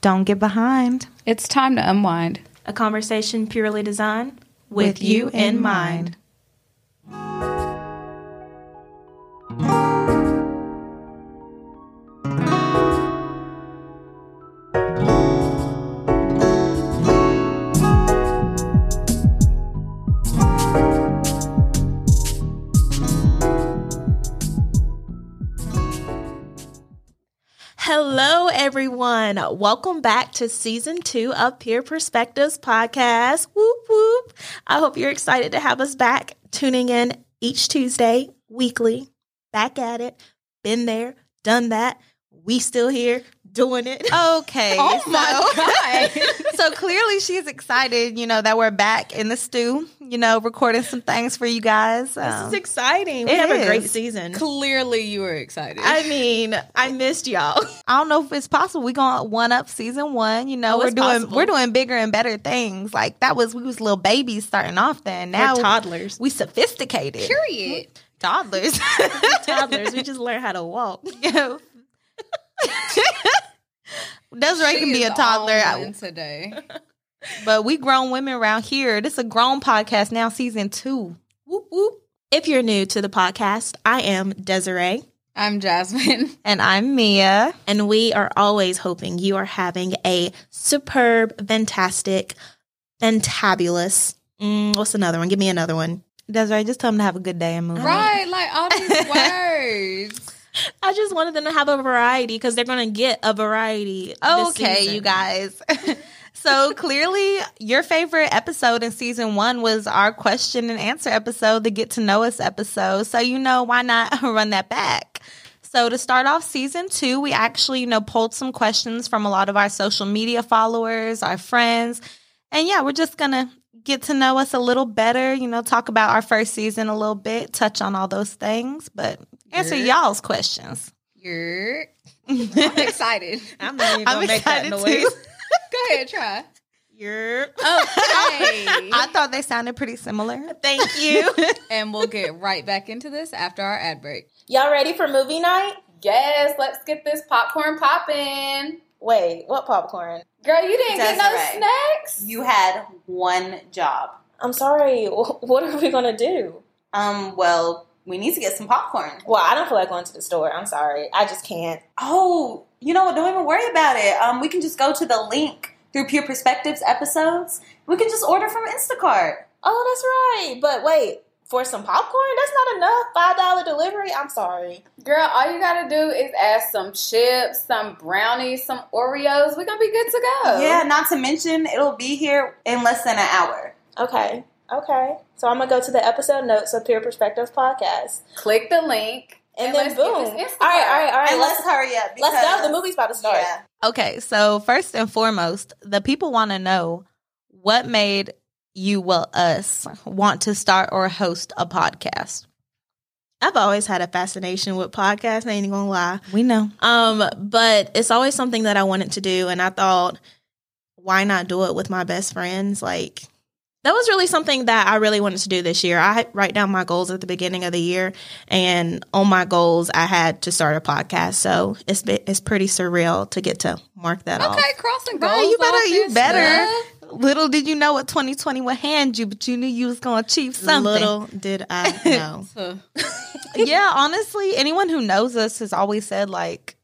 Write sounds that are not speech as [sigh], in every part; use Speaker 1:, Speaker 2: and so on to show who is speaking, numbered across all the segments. Speaker 1: Don't get behind.
Speaker 2: It's time to unwind.
Speaker 1: A conversation purely designed with, you in mind. Hello, everyone. Welcome back to season two of Peer Perspectives podcast. Whoop, whoop. I hope you're excited to have us back tuning in each Tuesday, weekly. Back at it. Been there, done that. We still here doing it. [laughs]
Speaker 3: Okay.
Speaker 2: Oh my God.
Speaker 3: [laughs] so, so clearly she's excited, you know, that we're back in the stew, you know, recording some things for you guys.
Speaker 1: This is
Speaker 3: Um,
Speaker 1: exciting. We
Speaker 3: It
Speaker 1: have a great
Speaker 3: is.
Speaker 1: season.
Speaker 2: Clearly, you were excited.
Speaker 1: I mean, I missed y'all.
Speaker 3: I don't know if it's possible. We're gonna one up season one, you know,
Speaker 1: Oh,
Speaker 3: we're
Speaker 1: it's
Speaker 3: doing
Speaker 1: possible.
Speaker 3: we're doing bigger and better things. Like that was we was little babies starting off then. Now
Speaker 1: We're toddlers.
Speaker 3: we sophisticated.
Speaker 2: Period.
Speaker 3: [laughs] Toddlers.
Speaker 1: toddlers. We just learned how to walk.
Speaker 3: [laughs] Desiree can be a toddler. I-
Speaker 2: today.
Speaker 3: But we grown women around here. This a grown podcast now, season two.
Speaker 1: Whoop, whoop. If you're new to the podcast, I am Desiree,
Speaker 2: I'm Jasmine.
Speaker 3: And I'm Mia.
Speaker 1: and we are always hoping you are having a superb, fantastic, fantabulous. Mm, what's another one? Give me another one.
Speaker 3: Desiree, just tell them to have a good day and move on.
Speaker 2: [laughs] Right, like all [laughs] these words.
Speaker 1: I just wanted them to have a variety because they're going to get a variety. this
Speaker 3: Oh, Okay,
Speaker 1: season.
Speaker 3: you guys. [laughs] so clearly, your favorite episode in season one was our question and answer episode, the get to know us episode. So, you know, why not [laughs] run that back? So, to start off season two, we actually, you know, pulled some questions from a lot of our social media followers, our friends. And yeah, we're just going to get to know us a little better, you know, talk about our first season a little bit, touch on all those things, but answer
Speaker 2: Yeah.
Speaker 3: y'all's questions.
Speaker 2: You're. [laughs] I'm excited.
Speaker 1: I'm not even
Speaker 3: I'm
Speaker 1: going to make that
Speaker 3: excited
Speaker 1: noise.
Speaker 3: too.
Speaker 2: Go ahead, try.
Speaker 1: You're.
Speaker 2: Okay.
Speaker 3: I thought they sounded pretty similar.
Speaker 1: [laughs] Thank you.
Speaker 2: [laughs] and we'll get right back into this after our ad break.
Speaker 1: Y'all ready for movie night?
Speaker 2: Yes, let's get this popcorn popping.
Speaker 1: Wait, what popcorn?
Speaker 2: Girl, you didn't
Speaker 3: Desiree.
Speaker 2: snacks.
Speaker 3: You had one job.
Speaker 1: I'm sorry. [laughs] What are we going to do?
Speaker 3: Um, well, we need to get some popcorn.
Speaker 1: Well, I don't feel like going to the store. I'm sorry. I just can't.
Speaker 3: Oh, you know what? Don't even worry about it. Um, we can just go to the link through Pure Perspectives episodes. We can just order from Instacart.
Speaker 1: Oh, that's right. But wait, for some popcorn? That's not enough. Five dollar delivery? I'm sorry.
Speaker 2: Girl, all you gotta do is add some chips, some brownies, some Oreos. We're gonna be good to go.
Speaker 3: Yeah, not to mention it'll be here in less than an hour.
Speaker 1: Okay. Okay. So I'm gonna go to the episode notes of Peer Perspectives podcast.
Speaker 2: Click the link.
Speaker 1: And, then
Speaker 2: let's get
Speaker 1: boom. All right, all
Speaker 2: this Instacart.
Speaker 1: right, all right.
Speaker 3: and
Speaker 1: Let's,
Speaker 3: let's hurry up.
Speaker 1: let's go.
Speaker 3: because-
Speaker 1: The movie's about to start.
Speaker 3: Yeah. Okay, so first and foremost, the people want to know what made you, well, us, want to start or host a podcast.
Speaker 1: I've always had a fascination with podcasts, I ain't gonna lie.
Speaker 3: We know.
Speaker 1: Um, but it's always something that I wanted to do, and I thought, why not do it with my best friends? Like, that was really something that I really wanted to do this year. I write down my goals at the beginning of the year, and on my goals, I had to start a podcast. So it's been, it's pretty surreal to get to mark that off.
Speaker 2: Okay, crossing
Speaker 3: Right,
Speaker 2: goals.
Speaker 3: you better,
Speaker 2: off
Speaker 3: you
Speaker 2: and
Speaker 3: better.
Speaker 2: stuff.
Speaker 3: Little did you know what 2020 would hand you, but you knew you was gonna achieve something.
Speaker 1: Little did I
Speaker 3: [laughs]
Speaker 1: know.
Speaker 2: So,
Speaker 3: yeah, honestly, anyone who knows us has always said like,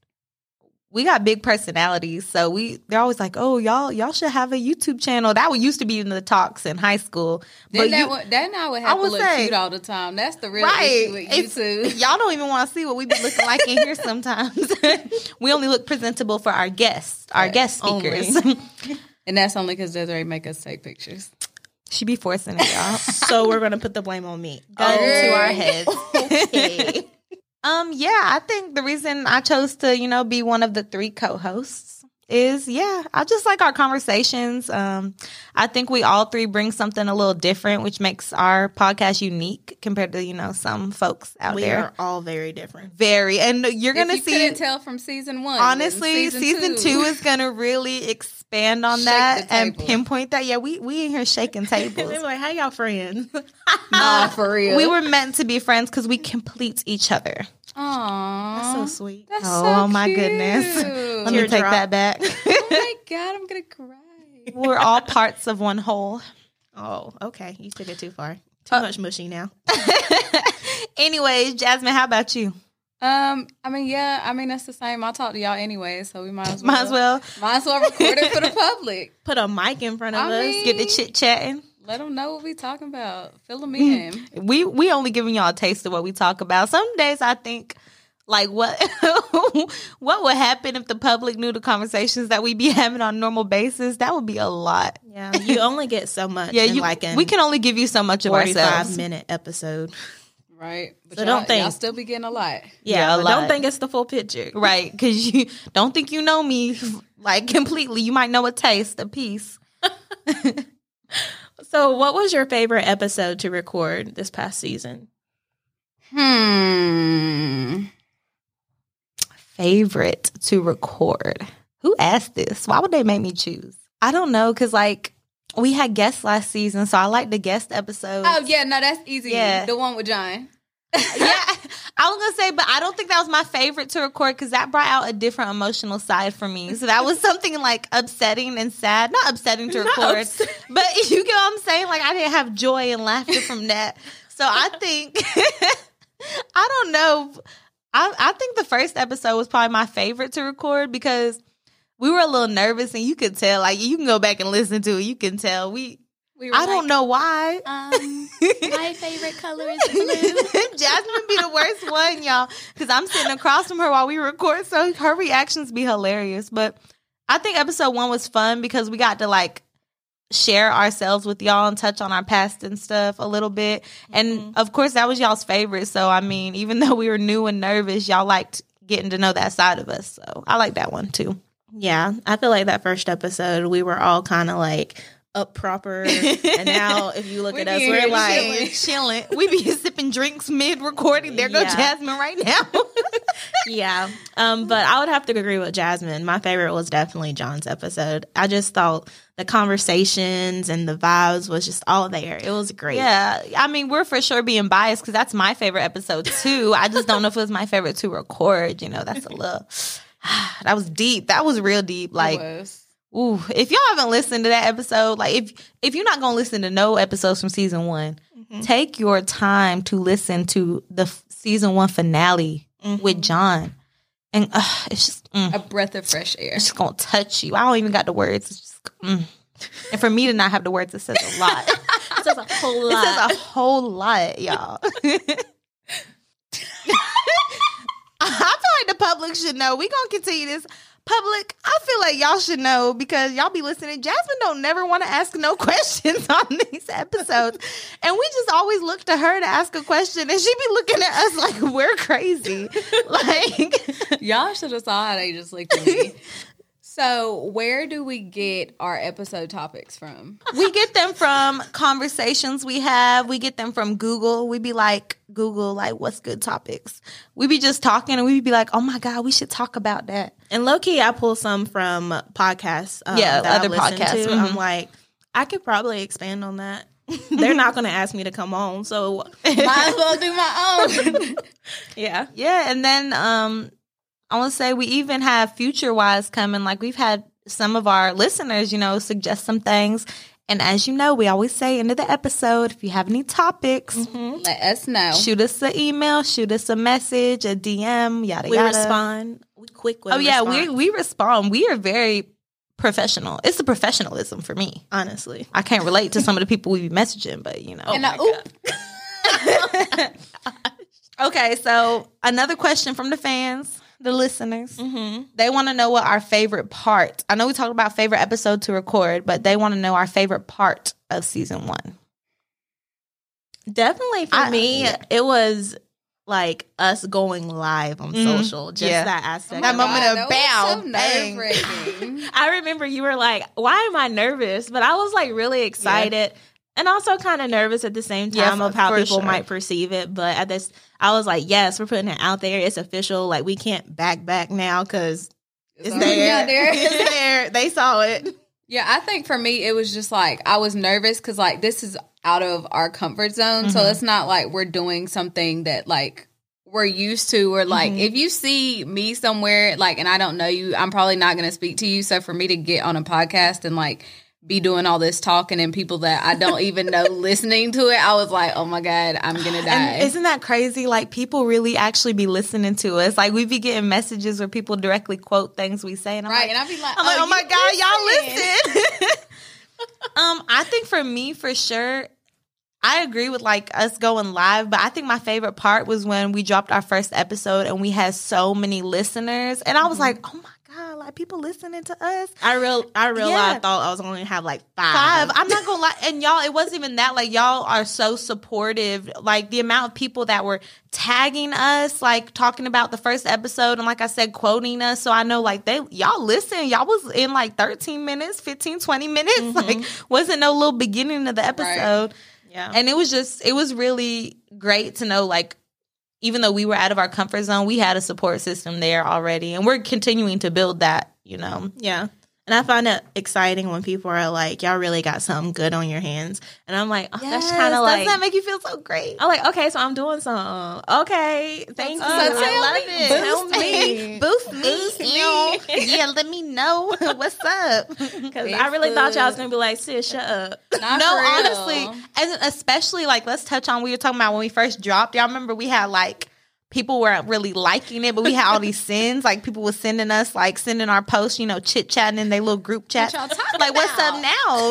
Speaker 3: we got big personalities, so we they're always like, oh y'all y'all should have a YouTube channel. That would used to be in the talks in high school,
Speaker 2: Then that
Speaker 3: you-
Speaker 2: would, then I would
Speaker 3: I
Speaker 2: have to
Speaker 3: would
Speaker 2: look
Speaker 3: say-
Speaker 2: cute all the time. That's the real issue with
Speaker 3: It's-
Speaker 2: YouTube.
Speaker 3: [laughs] y'all don't even want to see what we be looking like in here sometimes. [laughs] we only look presentable for our guests, our guest
Speaker 1: only.
Speaker 3: speakers.
Speaker 2: And that's only because Desiree make us take pictures.
Speaker 3: she be forcing it,
Speaker 2: [laughs]
Speaker 3: y'all.
Speaker 1: so we're gonna put the blame on me. Oh,
Speaker 3: Gun
Speaker 2: Oh.
Speaker 3: to our
Speaker 2: Girl. [laughs]
Speaker 3: heads.
Speaker 1: Okay.
Speaker 3: Um, yeah, I think the reason I chose to, you know, be one of the three co-hosts is yeah, I just like our conversations. Um, I think we all three bring something a little different, which makes our podcast unique compared to, you know, some folks out
Speaker 1: we
Speaker 3: there.
Speaker 1: are all
Speaker 3: [laughs]
Speaker 1: very different.
Speaker 3: Very. And you're
Speaker 2: If
Speaker 3: gonna
Speaker 2: you
Speaker 3: see
Speaker 2: couldn't tell from season one.
Speaker 3: honestly,
Speaker 2: then
Speaker 3: season, two. is gonna really expand on
Speaker 2: Shake
Speaker 3: that
Speaker 2: the
Speaker 3: and
Speaker 2: table.
Speaker 3: pinpoint that. Yeah, we we in here
Speaker 2: [laughs]
Speaker 3: shaking tables.
Speaker 1: They're like, how y'all friends? [laughs]
Speaker 2: Nah, for real.
Speaker 3: we were meant to be friends because we complete each other.
Speaker 2: Aww.
Speaker 1: so sweet.
Speaker 2: That's
Speaker 3: Oh, my goodness.
Speaker 2: cute.
Speaker 3: Let me take
Speaker 1: Teardrop.
Speaker 3: that back.
Speaker 2: [laughs]
Speaker 3: [laughs]
Speaker 2: oh my god, I'm gonna cry.
Speaker 3: We're all parts of one whole.
Speaker 1: Oh, okay. You took it too far. Too much mushy now.
Speaker 3: [laughs] Anyways, Jasmine, how about you?
Speaker 2: Um, I mean, yeah, I mean that's the same. I talk to y'all anyway, so we might as well
Speaker 3: Might as well
Speaker 2: might as well record it for the public.
Speaker 1: Put a mic in front of
Speaker 2: I
Speaker 1: us.
Speaker 2: mean-
Speaker 3: get the chit chatting.
Speaker 2: Let them know what we talking about. Fill them in.
Speaker 3: We we only giving y'all a taste of what we talk about. Some days I think like what [laughs] what would happen if the public knew the conversations that we be having on a normal basis? That would be a lot.
Speaker 1: yeah, [laughs] you only get so much.
Speaker 3: Yeah,
Speaker 1: in
Speaker 3: you,
Speaker 1: like an
Speaker 3: we can only give you so much of
Speaker 1: 45
Speaker 3: ourselves.
Speaker 1: minute episode.
Speaker 2: Right. But
Speaker 1: So
Speaker 2: y'all,
Speaker 1: don't think.
Speaker 2: y'all still be getting a lot.
Speaker 3: Yeah,
Speaker 1: Yeah,
Speaker 3: a
Speaker 1: but
Speaker 3: lot.
Speaker 1: don't think it's the full picture.
Speaker 3: Right, because you don't think you know me like completely. You might know a taste, a piece.
Speaker 1: So, what was your favorite episode to record this past season?
Speaker 2: Hmm.
Speaker 3: Favorite to record. Who asked this? Why would they make me choose? I don't know, because like we had guests last season, so I like the guest episodes.
Speaker 2: Oh yeah, no, that's easy.
Speaker 3: Yeah.
Speaker 2: The one with John.
Speaker 3: yeah, [laughs] I was gonna say, but I don't think that was my favorite to record because that brought out a different emotional side for me. So that
Speaker 1: [laughs]
Speaker 3: was something like upsetting and sad. Not upsetting to
Speaker 1: Not
Speaker 3: record,
Speaker 1: upset-
Speaker 3: but [laughs] you get what I'm saying. Like I didn't have joy and laughter from that. So
Speaker 1: [laughs]
Speaker 3: I think [laughs] I don't know. I, I think the first episode was probably my favorite to record because we were a little nervous and you could tell. Like you can go back and listen to it. You can tell we.
Speaker 2: We
Speaker 3: I don't know why.
Speaker 2: Um, my favorite color is
Speaker 3: [laughs] Jasmine be the worst one, y'all, because I'm sitting across from her while we record, so her reactions be hilarious. But I think episode one was fun because we got to like share ourselves with y'all and touch on our past and stuff a little bit. And of course, that was y'all's favorite. So I mean, even [laughs] though we were new and nervous, y'all liked getting to know that side of us. So I like that one too.
Speaker 1: Yeah, I feel like that first episode, we were all kind of like up [laughs] proper. and now, if you look
Speaker 2: We
Speaker 1: at us,
Speaker 2: be
Speaker 1: we're
Speaker 2: here
Speaker 1: like,
Speaker 2: chilling.
Speaker 3: chilling. We be sipping drinks mid recording. There goes
Speaker 1: Yeah.
Speaker 3: Jasmine right now. [laughs]
Speaker 1: yeah. Um, but I would have to agree with Jasmine. My favorite was definitely John's episode. I just thought the conversations and the vibes was just all there. It was great.
Speaker 3: Yeah, I mean, we're for sure being biased because that's my favorite episode too. I just don't know if it was my favorite to record. You know, that's a little. [sighs] That was deep. That was real deep. Like,
Speaker 2: was.
Speaker 3: ooh, if y'all haven't listened to that episode, like if if you're not gonna listen to no episodes from season one, take your time to listen to the f- season one finale with John, and uh, it's just mm,
Speaker 2: a breath of fresh air.
Speaker 3: it's just gonna touch you. I don't even got the words. It's just, mm. and for me to not have the words, it says a lot.
Speaker 1: It says a whole
Speaker 3: It
Speaker 1: lot.
Speaker 3: says a whole
Speaker 1: [laughs]
Speaker 3: lot, y'all. [laughs] I feel like the public should know. We gonna continue this. Public, I feel like y'all should know because y'all be listening. Jasmine don't never want to ask no [laughs] questions on these episodes. and we just always look to her to ask a question. And she be looking at us like we're crazy. [laughs] like
Speaker 2: Y'all should have saw how they just looked
Speaker 3: [laughs]
Speaker 2: at me. so, where do we get our episode
Speaker 3: [laughs]
Speaker 2: topics from?
Speaker 3: we get them from conversations we have. We get them from Google. We be like, Google, like, what's good topics? We be just talking and we be like, oh my God, we should talk about that.
Speaker 1: And low key, I pull some from podcasts. Um,
Speaker 3: Yeah,
Speaker 1: that
Speaker 3: other
Speaker 1: I listen
Speaker 3: podcasts,
Speaker 1: To.
Speaker 3: mhm.
Speaker 1: I'm like, I could probably expand on that. [laughs] They're not going to ask me to come
Speaker 3: [laughs]
Speaker 1: on, so
Speaker 2: Might as well do my own.
Speaker 1: yeah.
Speaker 3: Yeah. And then um, I want to say we even have future wise coming. Like, we've had some of our listeners, you know, suggest some things. And as you know, we always say, end of the episode, if you have any topics, [laughs]
Speaker 2: Let us know.
Speaker 3: shoot us an email, shoot us a message, a DM, yada,
Speaker 1: We
Speaker 3: yada.
Speaker 1: respond. We quick. With
Speaker 3: oh yeah we
Speaker 1: response,
Speaker 3: we respond we are very professional it's the professionalism for me
Speaker 1: honestly.
Speaker 3: i can't relate to some of the people we be messaging but you know Oh
Speaker 2: and I, oop,
Speaker 3: [laughs] okay so another question from the fans the listeners
Speaker 1: Mm-hmm.
Speaker 3: they want to know what our favorite part i know we talked about favorite episode to record but they want to know our favorite part of season one
Speaker 1: Definitely for
Speaker 3: I-
Speaker 1: me,
Speaker 3: yeah.
Speaker 1: it was like us going live on
Speaker 3: Mhm.
Speaker 1: social. Just
Speaker 3: Yeah.
Speaker 1: that aspect.
Speaker 3: That
Speaker 1: of
Speaker 3: moment
Speaker 1: it.
Speaker 3: of bow, bang.
Speaker 2: [laughs] nerve-wracking.
Speaker 1: I remember you were like, "Why am I nervous?" But I was like really excited and also kind of nervous at the same
Speaker 3: Yeah,
Speaker 1: time
Speaker 3: for-
Speaker 1: of how
Speaker 3: for
Speaker 1: people
Speaker 3: sure.
Speaker 1: might perceive it. But at this, I was like, "Yes, we're putting it out there. It's official. Like we can't back back now because it's
Speaker 2: already
Speaker 1: there.
Speaker 2: out there.
Speaker 1: [laughs] it's there. They saw it.
Speaker 2: Yeah, I think for me it was just like I was nervous because
Speaker 3: Mm-hmm.
Speaker 2: like this is out of our comfort zone, so it's not like we're doing something that like we're used to or like
Speaker 3: Mm-hmm.
Speaker 2: if you see me somewhere like and I don't know you, I'm probably not going to speak to you. So for me to get on a podcast and like be doing all this talking and people that I don't
Speaker 3: [laughs]
Speaker 2: even know listening to it, I was like, "Oh my god, I'm going to die."
Speaker 3: And isn't that crazy? Like people really actually be listening to us. Like we be getting messages where people directly quote things we say, and I'm
Speaker 2: right,
Speaker 3: like,
Speaker 2: and I'd be like,
Speaker 3: I'm like, oh, my god, y'all
Speaker 2: you
Speaker 3: listen. [laughs] um, I think for me, for sure, I agree with like us going live, but I think my favorite part was when we dropped our first episode and we had so many listeners, and I
Speaker 2: Mm-hmm.
Speaker 3: was like, oh my god, like people listening to us.
Speaker 1: I real I realized
Speaker 3: Yeah.
Speaker 1: I thought I was only gonna have like
Speaker 3: Five.
Speaker 1: five.
Speaker 3: I'm not gonna lie, and y'all, it wasn't even that. Like y'all are so supportive. Like the amount of people that were tagging us, like talking about the first episode, and like I said, quoting us. So I know, like they, y'all listen. Y'all was in like 13 minutes, 15, 20 minutes. [laughs] Like wasn't no little beginning of the episode,
Speaker 1: Mm-hmm. yeah.
Speaker 3: and it was just, it was really great to know, like. Even though we were out of our comfort zone, we had a support system there already, and we're continuing to build that. You know,
Speaker 1: Yeah. And I find it exciting when people are like, y'all really got something good on your hands. And I'm like, oh, that's kind of
Speaker 3: doesn't
Speaker 1: like,
Speaker 3: that make you feel so great?
Speaker 1: I'm like, okay, so I'm doing something. Okay. Thank
Speaker 2: So
Speaker 1: you.
Speaker 2: tell
Speaker 1: I
Speaker 2: me,
Speaker 1: love it.
Speaker 2: boost
Speaker 1: [laughs]
Speaker 2: me.
Speaker 3: Boost me.
Speaker 1: me.
Speaker 3: yeah, let me know [laughs] what's
Speaker 1: [laughs]
Speaker 3: up.
Speaker 1: Because I really thought y'all was
Speaker 2: Facebook.
Speaker 1: going to be like, sis, shut up.
Speaker 3: [laughs]
Speaker 2: Not
Speaker 3: no,
Speaker 2: for real.
Speaker 3: honestly, and especially like let's touch on we were talking about when we first dropped. Y'all remember we had like people weren't really liking it, but we had all [laughs] these sins. Like people were sending us like sending our posts, you know, chit chatting in their little group chat.
Speaker 2: y'all talking
Speaker 3: like what's up
Speaker 2: about?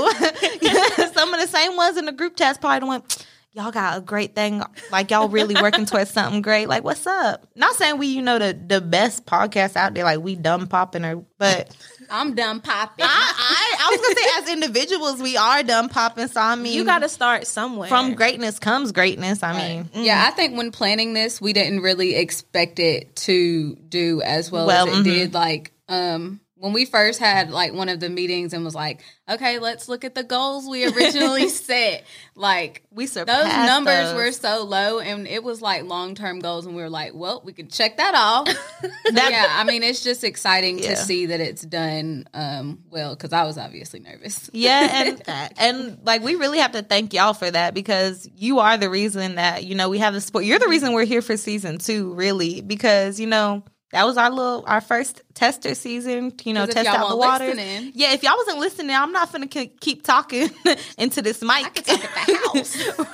Speaker 3: [laughs] now? Some of the same ones in the group chats probably done went. Y'all got a great thing. Like y'all really working towards something great. Like what's up? Not saying we, you know, the the best podcast out there. Like we dumb popping or, but
Speaker 2: I'm done popping.
Speaker 3: I, I was gonna say as individuals we are dumb popping. So I mean,
Speaker 1: You got to start somewhere.
Speaker 3: Mm-hmm. from greatness comes greatness. I mean,
Speaker 2: Mm-hmm. Yeah, I think when planning this, we didn't really expect it to do as well,
Speaker 3: Well,
Speaker 2: as it
Speaker 3: mhm.
Speaker 2: did. Like, um, when we first had like one of the meetings and was like, "Okay, let's look at the goals we
Speaker 3: [laughs]
Speaker 2: originally set." Like,
Speaker 3: we surpassed
Speaker 2: those numbers
Speaker 3: those.
Speaker 2: were so low, and it was like long term goals, and we were like, "Well, we could check
Speaker 3: [laughs]
Speaker 2: that off." So,
Speaker 3: That-
Speaker 2: yeah, I mean, it's just exciting
Speaker 3: Yeah.
Speaker 2: to see that it's done um, well because I was obviously nervous. [laughs]
Speaker 3: yeah, and and like we really have to thank y'all for that because you are the reason that you know we have the support. You're the reason we're here for season two, really, because you know. That was our little, our first tester season. You know,
Speaker 2: 'Cause if
Speaker 3: test
Speaker 2: y'all
Speaker 3: out the
Speaker 2: weren't
Speaker 3: water.
Speaker 2: listening-
Speaker 3: Yeah, if y'all wasn't listening, I'm not gonna keep talking [laughs] into this mic.
Speaker 2: I could talk at the house.